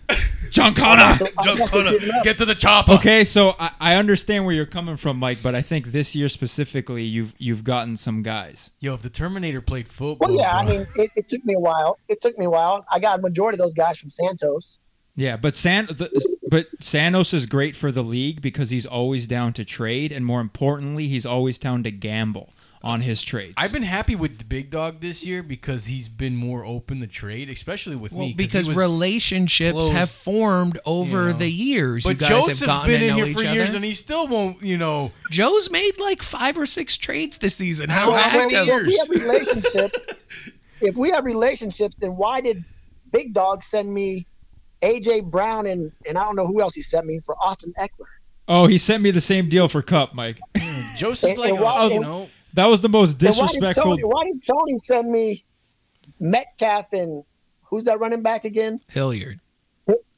Speaker 2: John Connor.
Speaker 5: So I'm
Speaker 3: Joe
Speaker 5: not
Speaker 3: Conner.
Speaker 5: giving up.
Speaker 1: Get to the chopper.
Speaker 2: Okay, so I, I understand where you're coming from, Mike, but I think this year specifically, you've you've gotten some guys.
Speaker 1: Yo, if the Terminator played football,
Speaker 5: Well, yeah, I
Speaker 1: bro.
Speaker 5: mean, it, it took me a while. It took me a while. I got a majority of those guys from Santos.
Speaker 2: Yeah, but San the, but Sanos is great for the league because he's always down to trade, and more importantly, he's always down to gamble on his trades.
Speaker 1: I've been happy with the big dog this year because he's been more open to trade, especially with
Speaker 4: Well,
Speaker 1: me. 'cause he
Speaker 4: because
Speaker 1: was-
Speaker 4: relationships
Speaker 1: closed,
Speaker 4: have formed over
Speaker 1: you know.
Speaker 4: the years. you
Speaker 1: but
Speaker 4: guys
Speaker 1: Joseph's
Speaker 4: have gotten
Speaker 1: been
Speaker 4: to
Speaker 1: in
Speaker 4: know
Speaker 1: here
Speaker 4: each
Speaker 1: for
Speaker 4: other.
Speaker 1: years and he still won't. You know,
Speaker 4: Joe's made like five or six trades this season. How
Speaker 5: Well,
Speaker 4: many?
Speaker 5: well, If we have relationships,
Speaker 4: <laughs>
Speaker 5: if we have relationships, then why did Big Dog send me AJ Brown and and I don't know who else he sent me for Austin Eckler?
Speaker 2: oh, he sent me the same deal for Cup, Mike.
Speaker 1: Joseph's
Speaker 5: And-
Speaker 1: like,
Speaker 5: and why-
Speaker 1: oh, you know,
Speaker 2: That was the most
Speaker 5: And why did
Speaker 2: disrespectful.
Speaker 5: Tony- Why did, Tony, send me Metcalf and who's that running back again?
Speaker 4: Hilliard.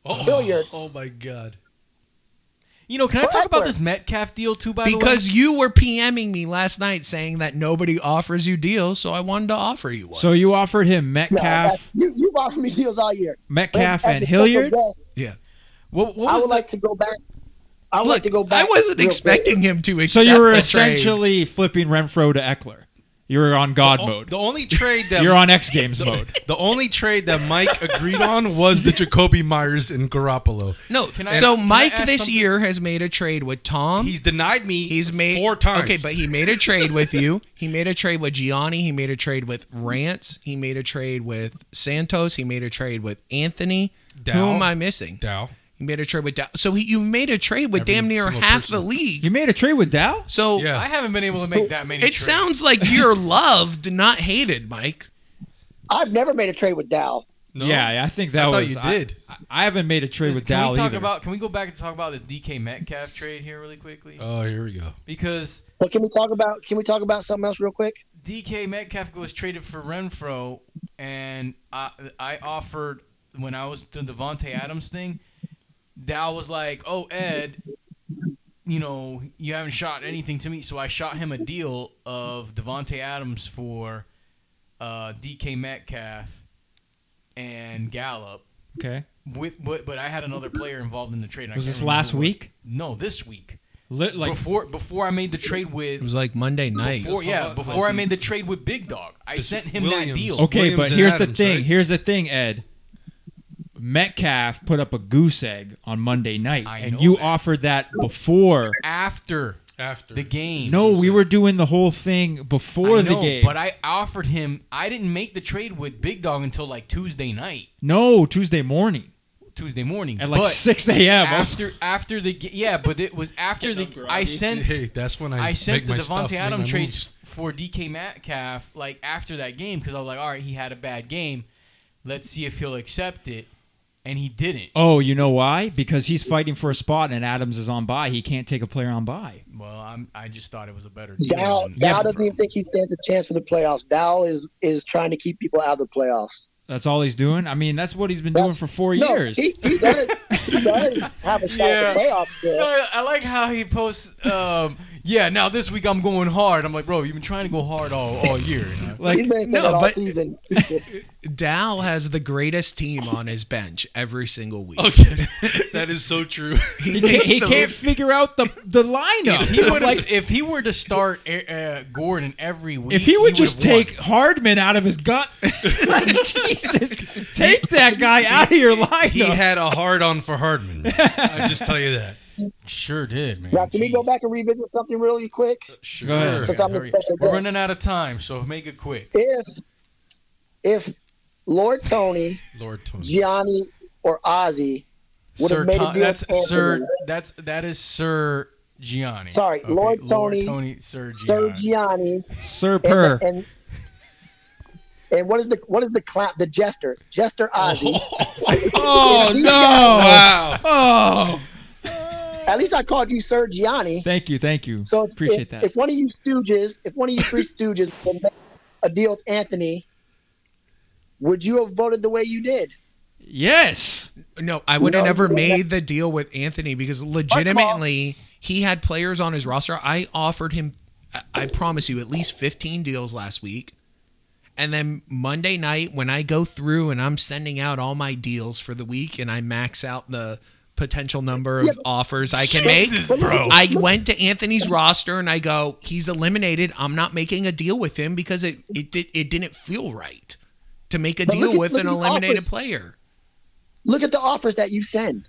Speaker 3: Oh,
Speaker 5: Hilliard.
Speaker 3: oh my God.
Speaker 1: you know. Can I
Speaker 5: For
Speaker 1: talk about
Speaker 5: Eckler.
Speaker 1: this Metcalf deal too? By
Speaker 4: Because you were PMing me last night saying that nobody offers you deals, so I wanted to offer you one.
Speaker 2: So you offered him
Speaker 5: No,
Speaker 2: Metcalf,
Speaker 5: that's- you you've offered me deals all year.
Speaker 2: Metcalf,
Speaker 5: As
Speaker 2: and
Speaker 5: a special
Speaker 2: Hilliard.
Speaker 5: guest,
Speaker 4: yeah.
Speaker 1: the way, what, what
Speaker 5: I
Speaker 1: was
Speaker 5: would
Speaker 1: the,
Speaker 5: like to go back. I would like
Speaker 4: Look,
Speaker 5: to go back.
Speaker 4: I wasn't
Speaker 5: real quick.
Speaker 4: expecting him to
Speaker 2: So
Speaker 4: accept
Speaker 2: you were
Speaker 4: the trade.
Speaker 2: essentially flipping Renfro to Eckler. You were on God
Speaker 3: Oh,
Speaker 2: mode.
Speaker 3: The only trade
Speaker 2: <laughs>
Speaker 3: that
Speaker 2: You're on X Games mode.
Speaker 3: <laughs> The only trade that Mike agreed on was the Jacoby Myers and Garoppolo.
Speaker 4: No,
Speaker 1: Can I-
Speaker 4: so
Speaker 1: can I
Speaker 4: Mike
Speaker 1: ask
Speaker 4: this
Speaker 1: something?
Speaker 4: year has made a trade with Tom.
Speaker 3: He's denied me.
Speaker 4: He's made
Speaker 3: four times.
Speaker 4: Okay, but he made a trade with you. He made a trade with Gianni. He made a trade with Rance. He made a trade with Santos. He made a trade with Anthony. Who
Speaker 3: Dow.
Speaker 4: am I missing?
Speaker 3: Dow.
Speaker 4: He made a trade with Dow. So he, you made a trade with
Speaker 3: Every
Speaker 4: damn near
Speaker 3: single
Speaker 4: half
Speaker 3: person.
Speaker 4: the league.
Speaker 2: You made a trade with Dow?
Speaker 4: So
Speaker 3: Yeah.
Speaker 1: I haven't been able to make that many.
Speaker 4: it
Speaker 1: trades.
Speaker 4: sounds like you're loved, not hated, Mike.
Speaker 5: I've never made a trade with Dow.
Speaker 3: No.
Speaker 2: Yeah, I think that
Speaker 3: I thought
Speaker 2: was.
Speaker 3: you did.
Speaker 2: I, I haven't made a trade with
Speaker 1: can
Speaker 2: Dow
Speaker 1: we talk
Speaker 2: either.
Speaker 1: about? Can we go back and talk about the DK Metcalf trade here really quickly?
Speaker 2: Uh,
Speaker 3: Oh, here we go.
Speaker 1: Because
Speaker 5: But can we talk about can we talk about something else real quick?
Speaker 1: DK Metcalf was traded for Renfro, and I I offered when I was doing the Devontae Adams thing. Dow was like, "Oh Ed, you know you haven't shot anything to me," so I shot him a deal of Devontae Adams for uh, DK Metcalf and Gallup.
Speaker 2: okay.
Speaker 1: With but, but I had another player involved in the trade. and I
Speaker 2: Was
Speaker 1: can't
Speaker 2: this
Speaker 1: remember
Speaker 2: last
Speaker 1: who it was.
Speaker 2: week?
Speaker 1: No, this week.
Speaker 2: Lit, like
Speaker 1: before before I made the trade
Speaker 4: It
Speaker 1: with
Speaker 4: was like Monday night.
Speaker 1: before,
Speaker 3: How
Speaker 1: yeah
Speaker 3: about-
Speaker 1: before I made the trade with Big Dog, I
Speaker 3: It's
Speaker 1: sent him that
Speaker 3: Williams.
Speaker 1: deal.
Speaker 3: Oh,
Speaker 2: Okay,
Speaker 3: Williams
Speaker 2: but
Speaker 3: and
Speaker 2: here's the
Speaker 3: Adams,
Speaker 2: thing.
Speaker 3: right?
Speaker 2: Here's the thing, Ed. Metcalf put up a goose egg on Monday night,
Speaker 1: I
Speaker 2: and
Speaker 1: know
Speaker 2: you
Speaker 1: that.
Speaker 2: offered that before.
Speaker 1: After
Speaker 3: After
Speaker 1: the game,
Speaker 2: No, we were doing the whole thing before
Speaker 1: I
Speaker 2: the
Speaker 1: know,
Speaker 2: game.
Speaker 1: But I offered him. I didn't make the trade with Big Dog until like Tuesday night,
Speaker 2: no, Tuesday morning
Speaker 1: Tuesday morning.
Speaker 2: at like
Speaker 1: but
Speaker 2: six a.m. I was-
Speaker 1: after after the ga- yeah, but it was after the I sent
Speaker 3: <laughs> Hey, that's when I
Speaker 1: I sent
Speaker 3: make
Speaker 1: the
Speaker 3: my stuff,
Speaker 1: Devontae
Speaker 3: make
Speaker 1: Adams
Speaker 3: my
Speaker 1: trades
Speaker 3: moves.
Speaker 1: for DK Metcalf like after that game because I was like, all right, he had a bad game. Let's see if he'll accept it, and he didn't.
Speaker 2: Oh, you know why? Because he's fighting for a spot, and Adams is on by. He can't take a player on by.
Speaker 1: Well, I'm, I just thought it was a better deal.
Speaker 5: Dow
Speaker 1: than-
Speaker 5: Dow doesn't even think he stands a chance for the playoffs. Dow is is trying to keep people out of the playoffs.
Speaker 2: That's all he's doing. I mean, that's what he's been
Speaker 5: Well,
Speaker 2: doing for four
Speaker 5: no,
Speaker 2: years.
Speaker 5: He, he does he does have a shot at the
Speaker 1: Yeah.
Speaker 5: playoffs still.
Speaker 1: I, I like how he posts. Um, yeah, now this week I'm going hard. I'm like, bro, you've been trying to go hard all, all year. you <laughs> know?
Speaker 2: like,
Speaker 5: He's been saying
Speaker 4: no,
Speaker 5: that all
Speaker 4: but-
Speaker 5: season.
Speaker 4: Dow has the greatest team on his bench every single week.
Speaker 3: Oh, yes. <laughs> that is so true.
Speaker 2: he, can't, he can't figure out the the lineup.
Speaker 1: he would
Speaker 2: like
Speaker 1: like if he were to start uh, Gordon every week.
Speaker 2: If he would just
Speaker 1: would've won.
Speaker 2: take Hardman out of his gut, <laughs> like, Jesus, take that guy out of your lineup.
Speaker 3: he had a hard on for Hardman. I just tell you that.
Speaker 1: sure did, man.
Speaker 5: Now, can we go
Speaker 1: Jeez.
Speaker 5: back and revisit something really quick?
Speaker 3: Sure.
Speaker 2: Go ahead.
Speaker 5: Since I'm the
Speaker 1: Hurry.
Speaker 5: special
Speaker 1: We're
Speaker 5: guest.
Speaker 1: running out of time, so make it quick.
Speaker 5: If if Lord Tony,
Speaker 3: Lord Tony.
Speaker 5: Gianni, or Ozzy would
Speaker 1: Sir
Speaker 5: have made
Speaker 1: Tom-
Speaker 5: a deal.
Speaker 1: that's
Speaker 5: with Anthony.
Speaker 1: Sir. That's that is Sir Gianni.
Speaker 5: Sorry, Lord Tony,
Speaker 1: Sir Gianni.
Speaker 5: Sir Gianni.
Speaker 2: Sir
Speaker 5: And,
Speaker 2: Per.
Speaker 5: and and what is the what is the clap? The jester, jester Ozzy.
Speaker 2: Oh
Speaker 5: If he-
Speaker 2: no!
Speaker 3: Wow.
Speaker 2: Oh,
Speaker 5: At least I called you Sir Gianni.
Speaker 2: thank you, thank you.
Speaker 5: So if,
Speaker 2: appreciate
Speaker 5: if,
Speaker 2: that.
Speaker 5: If one of you stooges, if one of you
Speaker 4: <laughs>
Speaker 5: three stooges would make a deal with Anthony, would you have voted the way you did?
Speaker 2: yes.
Speaker 4: No, I would have
Speaker 5: No,
Speaker 4: never
Speaker 5: you-
Speaker 4: made the deal with Anthony because legitimately he had players on his roster. I offered him, I- I promise you, at least 15 deals last week. And then Monday night, when I go through and I'm sending out all my deals for the week and I max out the potential number of offers I can make,
Speaker 5: bro.
Speaker 4: I went to Anthony's roster and I go, he's eliminated. I'm not making a deal with him because it it, did, it didn't feel right to make a
Speaker 5: But
Speaker 4: deal
Speaker 5: look at-
Speaker 4: with
Speaker 5: look
Speaker 4: an
Speaker 5: at the
Speaker 4: eliminated
Speaker 5: offers.
Speaker 4: player.
Speaker 5: Look at the offers that you send.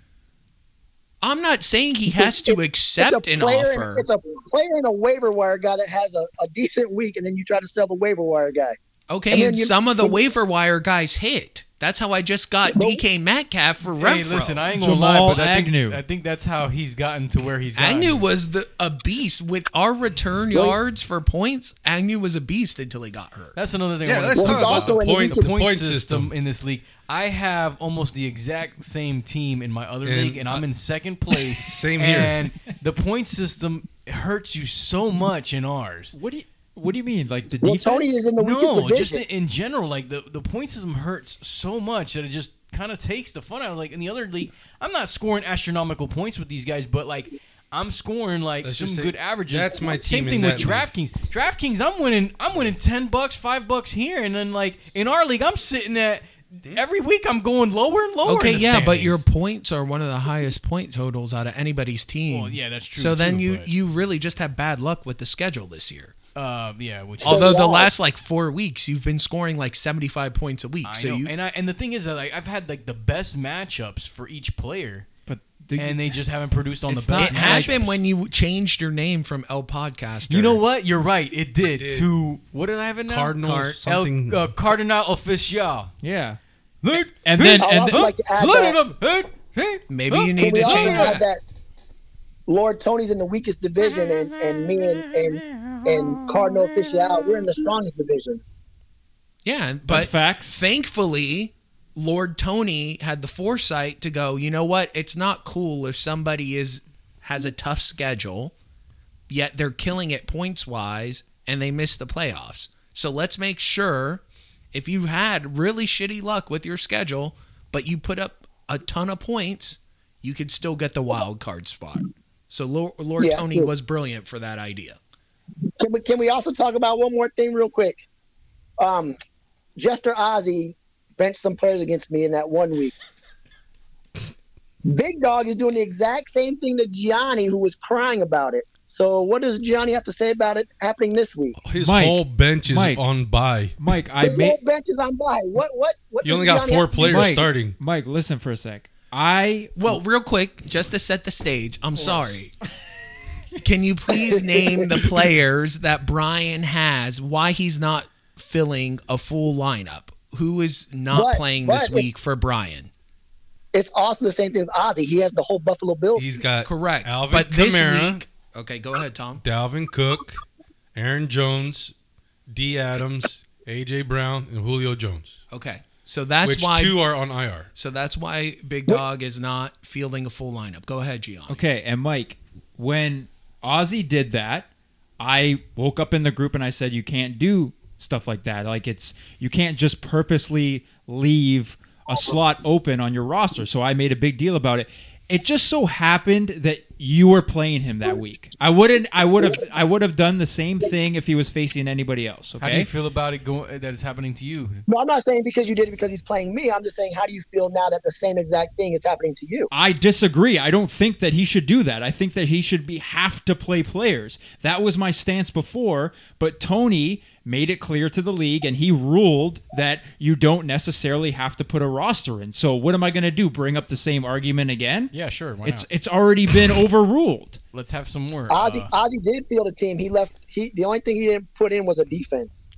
Speaker 4: I'm not saying he has to accept
Speaker 5: it's a
Speaker 4: an
Speaker 5: player and-
Speaker 4: offer.
Speaker 5: it's a player and a waiver wire guy that has a, a decent week, and then you try to sell the waiver wire guy.
Speaker 4: okay,
Speaker 5: and
Speaker 4: and,
Speaker 5: then you-
Speaker 4: some of the waiver wire guys hit. That's how I just got DK Metcalf for Renfro.
Speaker 1: Hey, listen, I ain't gonna
Speaker 2: Jamal
Speaker 1: lie, but I think,
Speaker 2: Agnew.
Speaker 1: I think that's how he's gotten to where he's gotten.
Speaker 4: Agnew was the a beast with our return yards for points. Agnew was a beast until he got hurt.
Speaker 1: That's another thing.
Speaker 3: Yeah,
Speaker 1: I wanna
Speaker 3: let's
Speaker 1: talk
Speaker 3: talk
Speaker 1: about.
Speaker 3: about
Speaker 5: also
Speaker 3: the
Speaker 5: in the
Speaker 3: point, the
Speaker 5: weakest
Speaker 1: the
Speaker 3: point,
Speaker 1: point
Speaker 3: system.
Speaker 1: system in this league. I have almost the exact same team in my other
Speaker 3: And-
Speaker 1: league, and I'm in second place.
Speaker 3: <laughs> Same here.
Speaker 1: And the point system hurts you so much in ours.
Speaker 2: What do you What do you mean? Like the
Speaker 5: Well,
Speaker 2: defense?
Speaker 5: Tony is in the weakest
Speaker 1: No,
Speaker 5: division.
Speaker 1: just in, in general, like the the point system hurts so much that it just kind of takes the fun out. of it. Like in the other league, I'm not scoring astronomical points with these guys, but like. I'm scoring like
Speaker 3: Let's
Speaker 1: some
Speaker 3: just say
Speaker 1: good averages.
Speaker 3: that's my
Speaker 1: Same thing
Speaker 3: team in
Speaker 1: with
Speaker 3: that
Speaker 1: DraftKings. DraftKings, I'm winning. I'm winning ten bucks, five bucks here, and then like in our league, I'm sitting at every week. I'm going lower and lower.
Speaker 4: Okay,
Speaker 1: in the
Speaker 4: yeah, but your
Speaker 1: standings.
Speaker 4: points are one of the highest point totals out of anybody's team.
Speaker 1: Well, yeah, that's true,
Speaker 4: So then
Speaker 1: too,
Speaker 4: you
Speaker 1: but-
Speaker 4: you really just have bad luck with the schedule this year.
Speaker 1: uh, yeah. Which is-
Speaker 4: Although the
Speaker 5: why-
Speaker 4: last like four weeks you've been scoring like seventy five points a week.
Speaker 1: I
Speaker 4: so
Speaker 1: know.
Speaker 4: you
Speaker 1: and I and the thing is that like, I've had like the best matchups for each player,
Speaker 2: But do you-
Speaker 1: and they just haven't produced on
Speaker 2: It's
Speaker 1: the best.
Speaker 4: It
Speaker 2: not
Speaker 1: matchups.
Speaker 4: happened when you changed your name from El Podcast.
Speaker 1: You know what? You're right. It did.
Speaker 3: did.
Speaker 1: To what did I have it now?
Speaker 3: Cardinal
Speaker 1: Car-
Speaker 3: something.
Speaker 1: El, uh, Cardinal official.
Speaker 2: yeah.
Speaker 1: Look,
Speaker 2: And
Speaker 1: look,
Speaker 2: then-
Speaker 5: I
Speaker 2: and
Speaker 5: also
Speaker 2: then-
Speaker 5: like to add
Speaker 1: look
Speaker 5: that-
Speaker 1: at him. Look, hey,
Speaker 4: Maybe
Speaker 1: look.
Speaker 4: you
Speaker 5: Can
Speaker 4: need
Speaker 5: we
Speaker 4: to
Speaker 5: also
Speaker 4: change
Speaker 5: add
Speaker 4: that.
Speaker 5: that Lord Tony's in the weakest division, and, and me and, and and Cardinal Official, we're in the strongest division.
Speaker 4: Yeah, and-
Speaker 2: That's
Speaker 4: but
Speaker 2: facts.
Speaker 4: thankfully, Lord Tony had the foresight to go. You know what? It's not cool if somebody is has a tough schedule, yet they're killing it points wise, and they miss the playoffs. So let's make sure if you had really shitty luck with your schedule, but you put up a ton of points, you could still get the wild card spot. So Lord, Lord
Speaker 5: Yeah,
Speaker 4: Tony
Speaker 5: true.
Speaker 4: was brilliant for that idea.
Speaker 5: Can we can we also talk about one more thing real quick? Um, Jester Ozzy benched some players against me in that one week. Big Dog is doing the exact same thing to Gianni, who was crying about it. So, what does Gianni have to say about it happening this week?
Speaker 3: His
Speaker 2: Mike,
Speaker 3: whole bench is
Speaker 2: Mike.
Speaker 3: on buy.
Speaker 2: Mike, I
Speaker 5: His
Speaker 2: made
Speaker 5: whole bench is on by. What? What? What?
Speaker 3: You
Speaker 5: does
Speaker 3: only got
Speaker 5: Gianni
Speaker 3: four
Speaker 5: have to do?
Speaker 3: players
Speaker 2: Mike,
Speaker 3: starting.
Speaker 2: Mike, listen for a sec. I
Speaker 4: Well, real quick, just to set the stage, I'm sorry. Can you please name the players that Brian has? Why he's not filling a full lineup? Who is not
Speaker 5: But-
Speaker 4: playing
Speaker 5: but
Speaker 4: this
Speaker 5: it's-
Speaker 4: week for Brian?
Speaker 5: It's also the same thing with Ozzy. He has the whole Buffalo Bills.
Speaker 3: He's got
Speaker 4: Correct.
Speaker 3: Alvin
Speaker 4: but this
Speaker 3: Kamara.
Speaker 4: week, okay, go ahead, Tom.
Speaker 3: Dalvin Cook, Aaron Jones, D. Adams, AJ Brown, and Julio Jones.
Speaker 4: Okay, so that's
Speaker 3: which
Speaker 4: why.
Speaker 3: two are on IR.
Speaker 4: so that's why Big Dog is not fielding a full lineup. Go ahead, Gian.
Speaker 2: Okay, and Mike, when Ozzy did that, I woke up in the group and I said, "You can't do stuff like that. Like it's you can't just purposely leave a slot open on your roster." So I made a big deal about it. It just so happened that you were playing him that week. I wouldn't. I would have. I would have done the same thing if he was facing anybody else.
Speaker 1: How do you
Speaker 2: Okay.
Speaker 1: feel about it going? That it's happening to you.
Speaker 5: no, I'm not saying because you did it because he's playing me. I'm just saying, how do you feel now that the same exact thing is happening to you?
Speaker 2: I disagree. I don't think that he should do that. I think that he should be have to play players. That was my stance before, but Tony made it clear to the league and he ruled that you don't necessarily have to put a roster in. So what am I going to do? Bring up the same argument again?
Speaker 1: Yeah, sure. Why
Speaker 2: It's
Speaker 1: not?
Speaker 2: it's already been overruled.
Speaker 1: Let's have some more.
Speaker 5: Ozzy,
Speaker 2: Uh-huh.
Speaker 1: Uh,
Speaker 5: Ozzy did field a team. He left. He the only thing he didn't put in was a defense.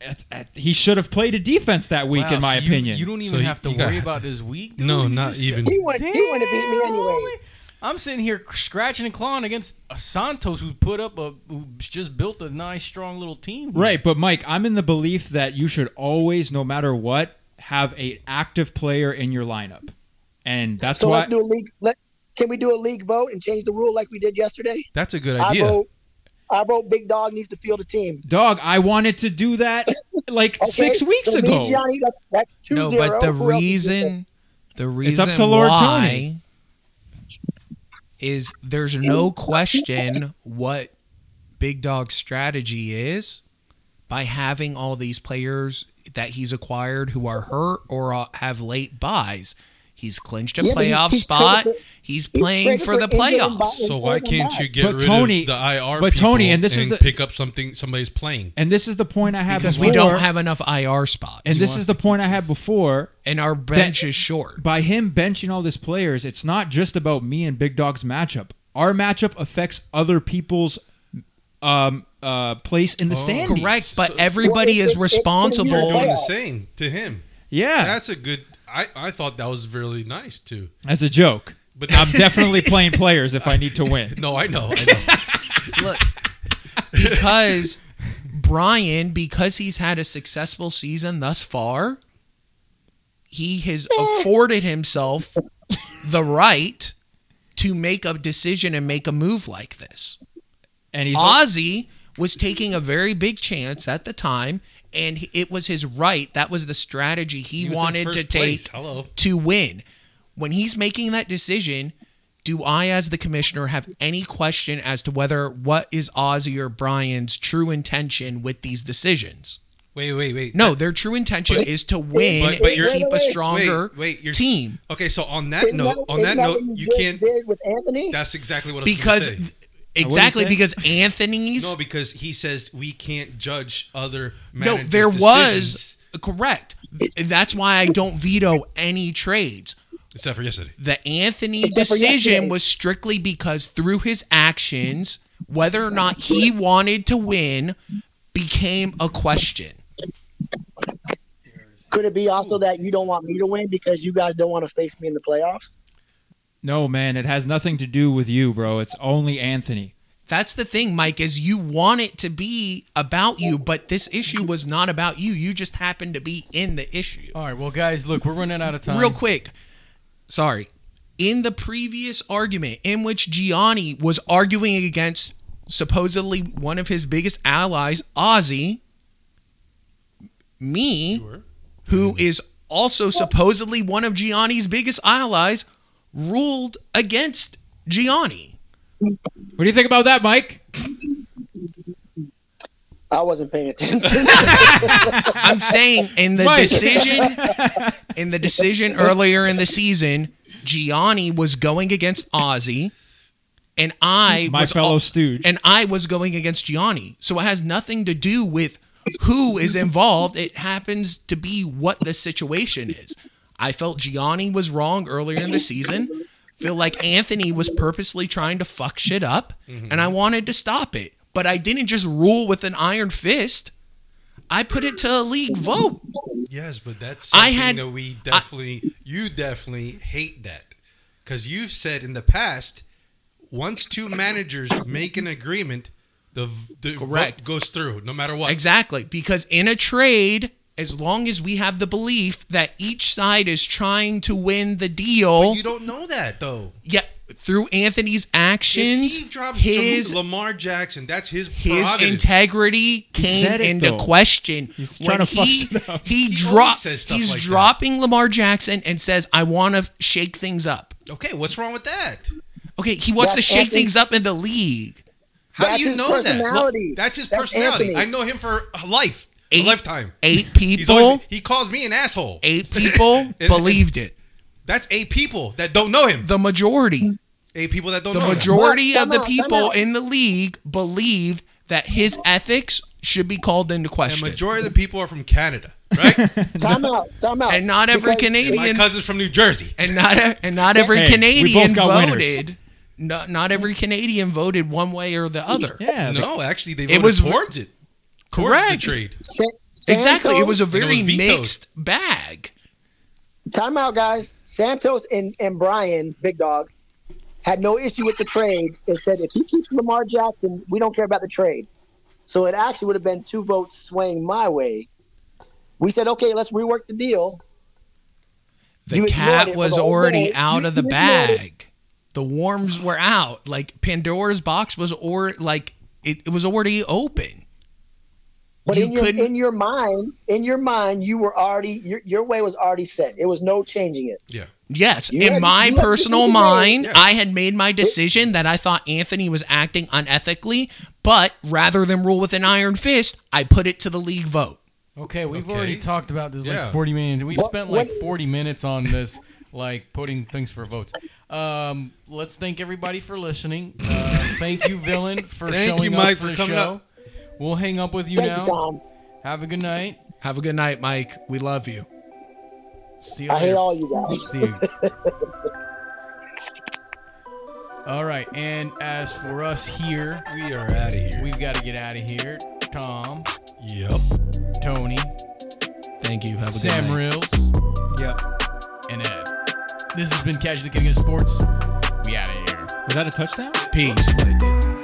Speaker 2: at, at, he should have played a defense that week,
Speaker 1: Wow,
Speaker 2: in my
Speaker 1: so you-
Speaker 2: opinion.
Speaker 1: You don't even
Speaker 3: So you-
Speaker 1: have to
Speaker 3: you got-
Speaker 1: worry about this week. dude.
Speaker 3: No,
Speaker 1: You
Speaker 3: not
Speaker 1: just-
Speaker 3: even.
Speaker 5: He went. He
Speaker 1: Damn.
Speaker 5: went to beat me anyways.
Speaker 1: I'm sitting here scratching and clawing against a Santos who put up a who just built a nice strong little team.
Speaker 2: Right, but Mike, I'm in the belief that you should always, no matter what, have a active player in your lineup, and that's
Speaker 5: So
Speaker 2: why.
Speaker 5: let's do a league. Let can we do a league vote and change the rule like we did yesterday?
Speaker 3: That's a good
Speaker 5: I
Speaker 3: idea.
Speaker 5: vote. I vote. Big Dog needs to field a team.
Speaker 2: Dog, I wanted to do that like
Speaker 5: <laughs> Okay?
Speaker 2: six weeks
Speaker 5: so me and
Speaker 2: ago.
Speaker 5: Gianni, that's that's two
Speaker 4: no,
Speaker 5: zero.
Speaker 4: but the
Speaker 5: Who else is
Speaker 4: reason, the reason
Speaker 2: It's up to Lord
Speaker 4: why
Speaker 2: Tony.
Speaker 4: is there's no question what Big Dog's strategy is by having all these players that he's acquired who are hurt or uh, have late buys. He's clinched a
Speaker 5: Yeah, but he's-
Speaker 4: playoff
Speaker 5: he's
Speaker 4: spot.
Speaker 5: traded for-
Speaker 4: he's
Speaker 5: he's
Speaker 4: playing
Speaker 5: traded
Speaker 4: for
Speaker 5: for
Speaker 4: the
Speaker 5: injured and
Speaker 4: playoffs.
Speaker 5: bought-
Speaker 3: so why can't you get
Speaker 2: But
Speaker 3: rid
Speaker 2: Tony-
Speaker 3: of the IR
Speaker 2: but
Speaker 3: people
Speaker 2: Tony, and this is the-
Speaker 3: pick up something somebody's playing?
Speaker 2: And this is the point I had
Speaker 4: because
Speaker 2: before.
Speaker 4: we don't have enough IR spots.
Speaker 2: and this is the point I had before.
Speaker 4: and our bench is short.
Speaker 2: By him benching all these players, it's not just about me and Big Dog's matchup. Our matchup affects other people's um, uh, place in the standings.
Speaker 4: Oh. Correct, but
Speaker 3: So-
Speaker 4: everybody
Speaker 5: Well,
Speaker 4: is
Speaker 5: it- it- it's gonna be your
Speaker 4: responsible.
Speaker 3: Doing the
Speaker 5: playoffs.
Speaker 3: same to him.
Speaker 2: Yeah,
Speaker 3: That's a good. I, I thought that was really nice too.
Speaker 2: as a joke.
Speaker 3: But
Speaker 2: I'm
Speaker 3: that's-
Speaker 2: definitely playing players if I need to
Speaker 4: <laughs>
Speaker 2: win.
Speaker 3: No, I know. I know.
Speaker 4: Look, because Brian, because he's had a successful season thus far, he has afforded himself the right to make a decision and make a move like this.
Speaker 2: And he's
Speaker 4: Ozzy was taking a very big chance at the time, and it was his right. That was the strategy he,
Speaker 3: He was in
Speaker 4: wanted to
Speaker 3: first
Speaker 4: take
Speaker 3: place. Hello.
Speaker 4: to win. When he's making that decision, do I, as the commissioner, have any question as to whether what is Ozzy or Brian's true intention with these decisions?
Speaker 3: Wait, wait, wait.
Speaker 4: No, their true intention
Speaker 3: But-
Speaker 4: is to win
Speaker 3: but- but
Speaker 4: and
Speaker 3: you're-
Speaker 4: keep a
Speaker 5: Wait, wait,
Speaker 4: stronger
Speaker 3: wait, wait. You're,
Speaker 4: team.
Speaker 3: Okay, so on that
Speaker 5: Isn't
Speaker 3: note, on
Speaker 5: isn't
Speaker 3: that note,
Speaker 5: what
Speaker 3: you
Speaker 5: just
Speaker 3: can't.
Speaker 5: did with Anthony.
Speaker 3: That's exactly what I was gonna say.
Speaker 4: Because exactly
Speaker 2: say?
Speaker 4: because Anthony's
Speaker 3: No, because he says we can't judge other
Speaker 4: No,
Speaker 3: managers'
Speaker 4: there was
Speaker 3: decisions,
Speaker 4: correct. That's why I don't veto any trades.
Speaker 3: except for yesterday.
Speaker 4: The Anthony
Speaker 5: Except for
Speaker 4: decision
Speaker 5: yesterday.
Speaker 4: was strictly because through his actions, whether or not he wanted to win became a question.
Speaker 5: Could it be also that you don't want me to win because you guys don't want to face me in the playoffs?
Speaker 2: No, man, it has nothing to do with you, bro. It's only Anthony.
Speaker 4: That's the thing, Mike, is you want it to be about you, but this issue was not about you. You just happened to be in the issue.
Speaker 1: All right. Well, guys, look, we're running out of time.
Speaker 4: Real quick, sorry. In the previous argument, in which Gianni was arguing against supposedly one of his biggest allies, Ozzy, me,
Speaker 3: were?
Speaker 4: who is also supposedly one of Gianni's biggest allies, ruled against Gianni.
Speaker 2: What do you think about that, Mike?
Speaker 5: I wasn't
Speaker 4: <laughs>
Speaker 5: paying attention.
Speaker 4: I'm saying in the
Speaker 2: Mike. <laughs>
Speaker 4: decision, in the decision earlier in the season, Gianni was going against Ozzy, and I
Speaker 2: My
Speaker 4: was
Speaker 2: fellow
Speaker 4: al-
Speaker 2: stooge.
Speaker 4: and I was going against Gianni. So it has nothing to do with who is involved. It happens to be what the situation is. I felt Gianni was wrong earlier in the season. Feel like Anthony was purposely trying to fuck shit up, and I wanted to stop it. But I didn't just rule with an iron fist. I put it to a league vote.
Speaker 3: Yes, but that's
Speaker 4: I
Speaker 3: something
Speaker 4: had-
Speaker 3: that we definitely, you definitely hate that, because you've said in the past, once two managers make an agreement, the v- the
Speaker 4: Correct.
Speaker 3: vote goes through no matter what.
Speaker 4: Exactly. Because in a trade, as long as we have the belief that each side is trying to win the deal,
Speaker 3: You don't know that though.
Speaker 4: yeah, through Anthony's actions,
Speaker 3: If he drops
Speaker 4: his
Speaker 3: Jam- Lamar Jackson, that's his
Speaker 4: his
Speaker 3: prerogative.
Speaker 4: integrity came
Speaker 2: said it,
Speaker 4: into
Speaker 2: though.
Speaker 4: question
Speaker 2: He's
Speaker 4: when
Speaker 2: trying to fuck
Speaker 4: he
Speaker 2: it up.
Speaker 4: he,
Speaker 3: He always
Speaker 4: dropped.
Speaker 3: says stuff
Speaker 4: He's
Speaker 3: like that.
Speaker 4: dropping Lamar Jackson and says, "I want to shake things up."
Speaker 3: okay, what's wrong with that?
Speaker 4: Okay, he wants
Speaker 5: That's
Speaker 4: to shake
Speaker 5: Anthony-
Speaker 4: things up in the league.
Speaker 3: How
Speaker 5: That's
Speaker 3: do you
Speaker 5: his
Speaker 3: know
Speaker 5: personality.
Speaker 3: that? That's his
Speaker 5: That's
Speaker 3: personality.
Speaker 5: Anthony.
Speaker 3: I know him for a life,
Speaker 4: Eight-
Speaker 3: a lifetime.
Speaker 4: Eight
Speaker 3: <laughs> He's always,
Speaker 4: people,
Speaker 3: he calls me an asshole. <laughs>
Speaker 4: eight people
Speaker 3: and-
Speaker 4: believed it.
Speaker 3: That's eight people that don't know him.
Speaker 4: The majority.
Speaker 3: Eight people that don't
Speaker 4: the
Speaker 3: know him.
Speaker 4: majority
Speaker 5: Time
Speaker 4: of the
Speaker 5: out, time
Speaker 4: people
Speaker 5: out.
Speaker 4: in the league believed that his ethics should be called into
Speaker 3: The
Speaker 4: question.
Speaker 3: majority of the people are from Canada,
Speaker 4: <laughs>
Speaker 3: right?
Speaker 5: time out. Time out.
Speaker 4: And not every
Speaker 5: Because-
Speaker 3: My
Speaker 4: Canadian
Speaker 3: cousin's from New Jersey.
Speaker 4: and not e, and not every
Speaker 2: Hey, we
Speaker 4: Canadian
Speaker 2: both got winners.
Speaker 4: voted. Not, not every Canadian voted one way or the other.
Speaker 2: Yeah.
Speaker 3: No, actually, they
Speaker 4: It
Speaker 3: voted
Speaker 4: was-
Speaker 3: towards it. Towards
Speaker 4: Correct.
Speaker 3: the trade.
Speaker 5: Sa- Santos,
Speaker 4: exactly. It was a very
Speaker 3: was vetoed.
Speaker 4: mixed bag.
Speaker 5: timeout, guys. Santos and, and Brian, big dog, had no issue with the trade. They said if he keeps Lamar Jackson, we don't care about the trade. So it actually would have been two votes swaying my way. We said, okay, let's rework the deal.
Speaker 4: The
Speaker 5: You ignored it
Speaker 4: cat
Speaker 5: for
Speaker 4: was
Speaker 5: the whole
Speaker 4: already
Speaker 5: day.
Speaker 4: out
Speaker 5: You-
Speaker 4: of the
Speaker 5: you ignored it.
Speaker 4: bag. The worms were out. Like Pandora's box was or like it, it was already open.
Speaker 5: But
Speaker 4: You
Speaker 5: in your,
Speaker 4: couldn't-
Speaker 5: in your mind, in your mind, you were already your, your way was already set. It was no changing it.
Speaker 3: Yeah.
Speaker 4: Yes,
Speaker 5: You
Speaker 4: in
Speaker 5: had-
Speaker 4: my
Speaker 5: you had-
Speaker 4: personal
Speaker 5: you had-
Speaker 4: mind,
Speaker 3: yeah.
Speaker 4: I had made my decision that I thought Anthony was acting unethically, but rather than rule with an iron fist, I put it to the league vote.
Speaker 1: Okay, we've
Speaker 3: Okay.
Speaker 1: already talked about this
Speaker 3: Yeah.
Speaker 1: like 40 minutes. We
Speaker 5: What-
Speaker 1: spent
Speaker 5: what-
Speaker 1: like 40 minutes on this, <laughs> like putting things for votes. Um, let's thank everybody for listening. Uh, thank you, Villain, for
Speaker 3: Thank
Speaker 1: showing
Speaker 3: you,
Speaker 1: up
Speaker 3: Mike,
Speaker 1: for
Speaker 3: for
Speaker 1: the
Speaker 3: coming
Speaker 1: show. We'll hang up with you
Speaker 5: Thank you,
Speaker 1: now.
Speaker 5: Tom.
Speaker 1: Have a good night.
Speaker 4: Have a good night, Mike. We love you.
Speaker 1: See you
Speaker 5: I hate
Speaker 1: later.
Speaker 5: all you guys.
Speaker 1: See you. <laughs> All right, and as for us here,
Speaker 3: We are out of here.
Speaker 1: we've got to get out of here. Tom,
Speaker 3: Yep.
Speaker 1: Tony,
Speaker 4: Thank you. Have a
Speaker 1: Sam
Speaker 4: good night.
Speaker 1: Rills.
Speaker 2: Yep.
Speaker 1: and Ed. This has been Casually Kicking It Sports. We out of here.
Speaker 2: Was that a touchdown?
Speaker 4: Peace.
Speaker 3: Like,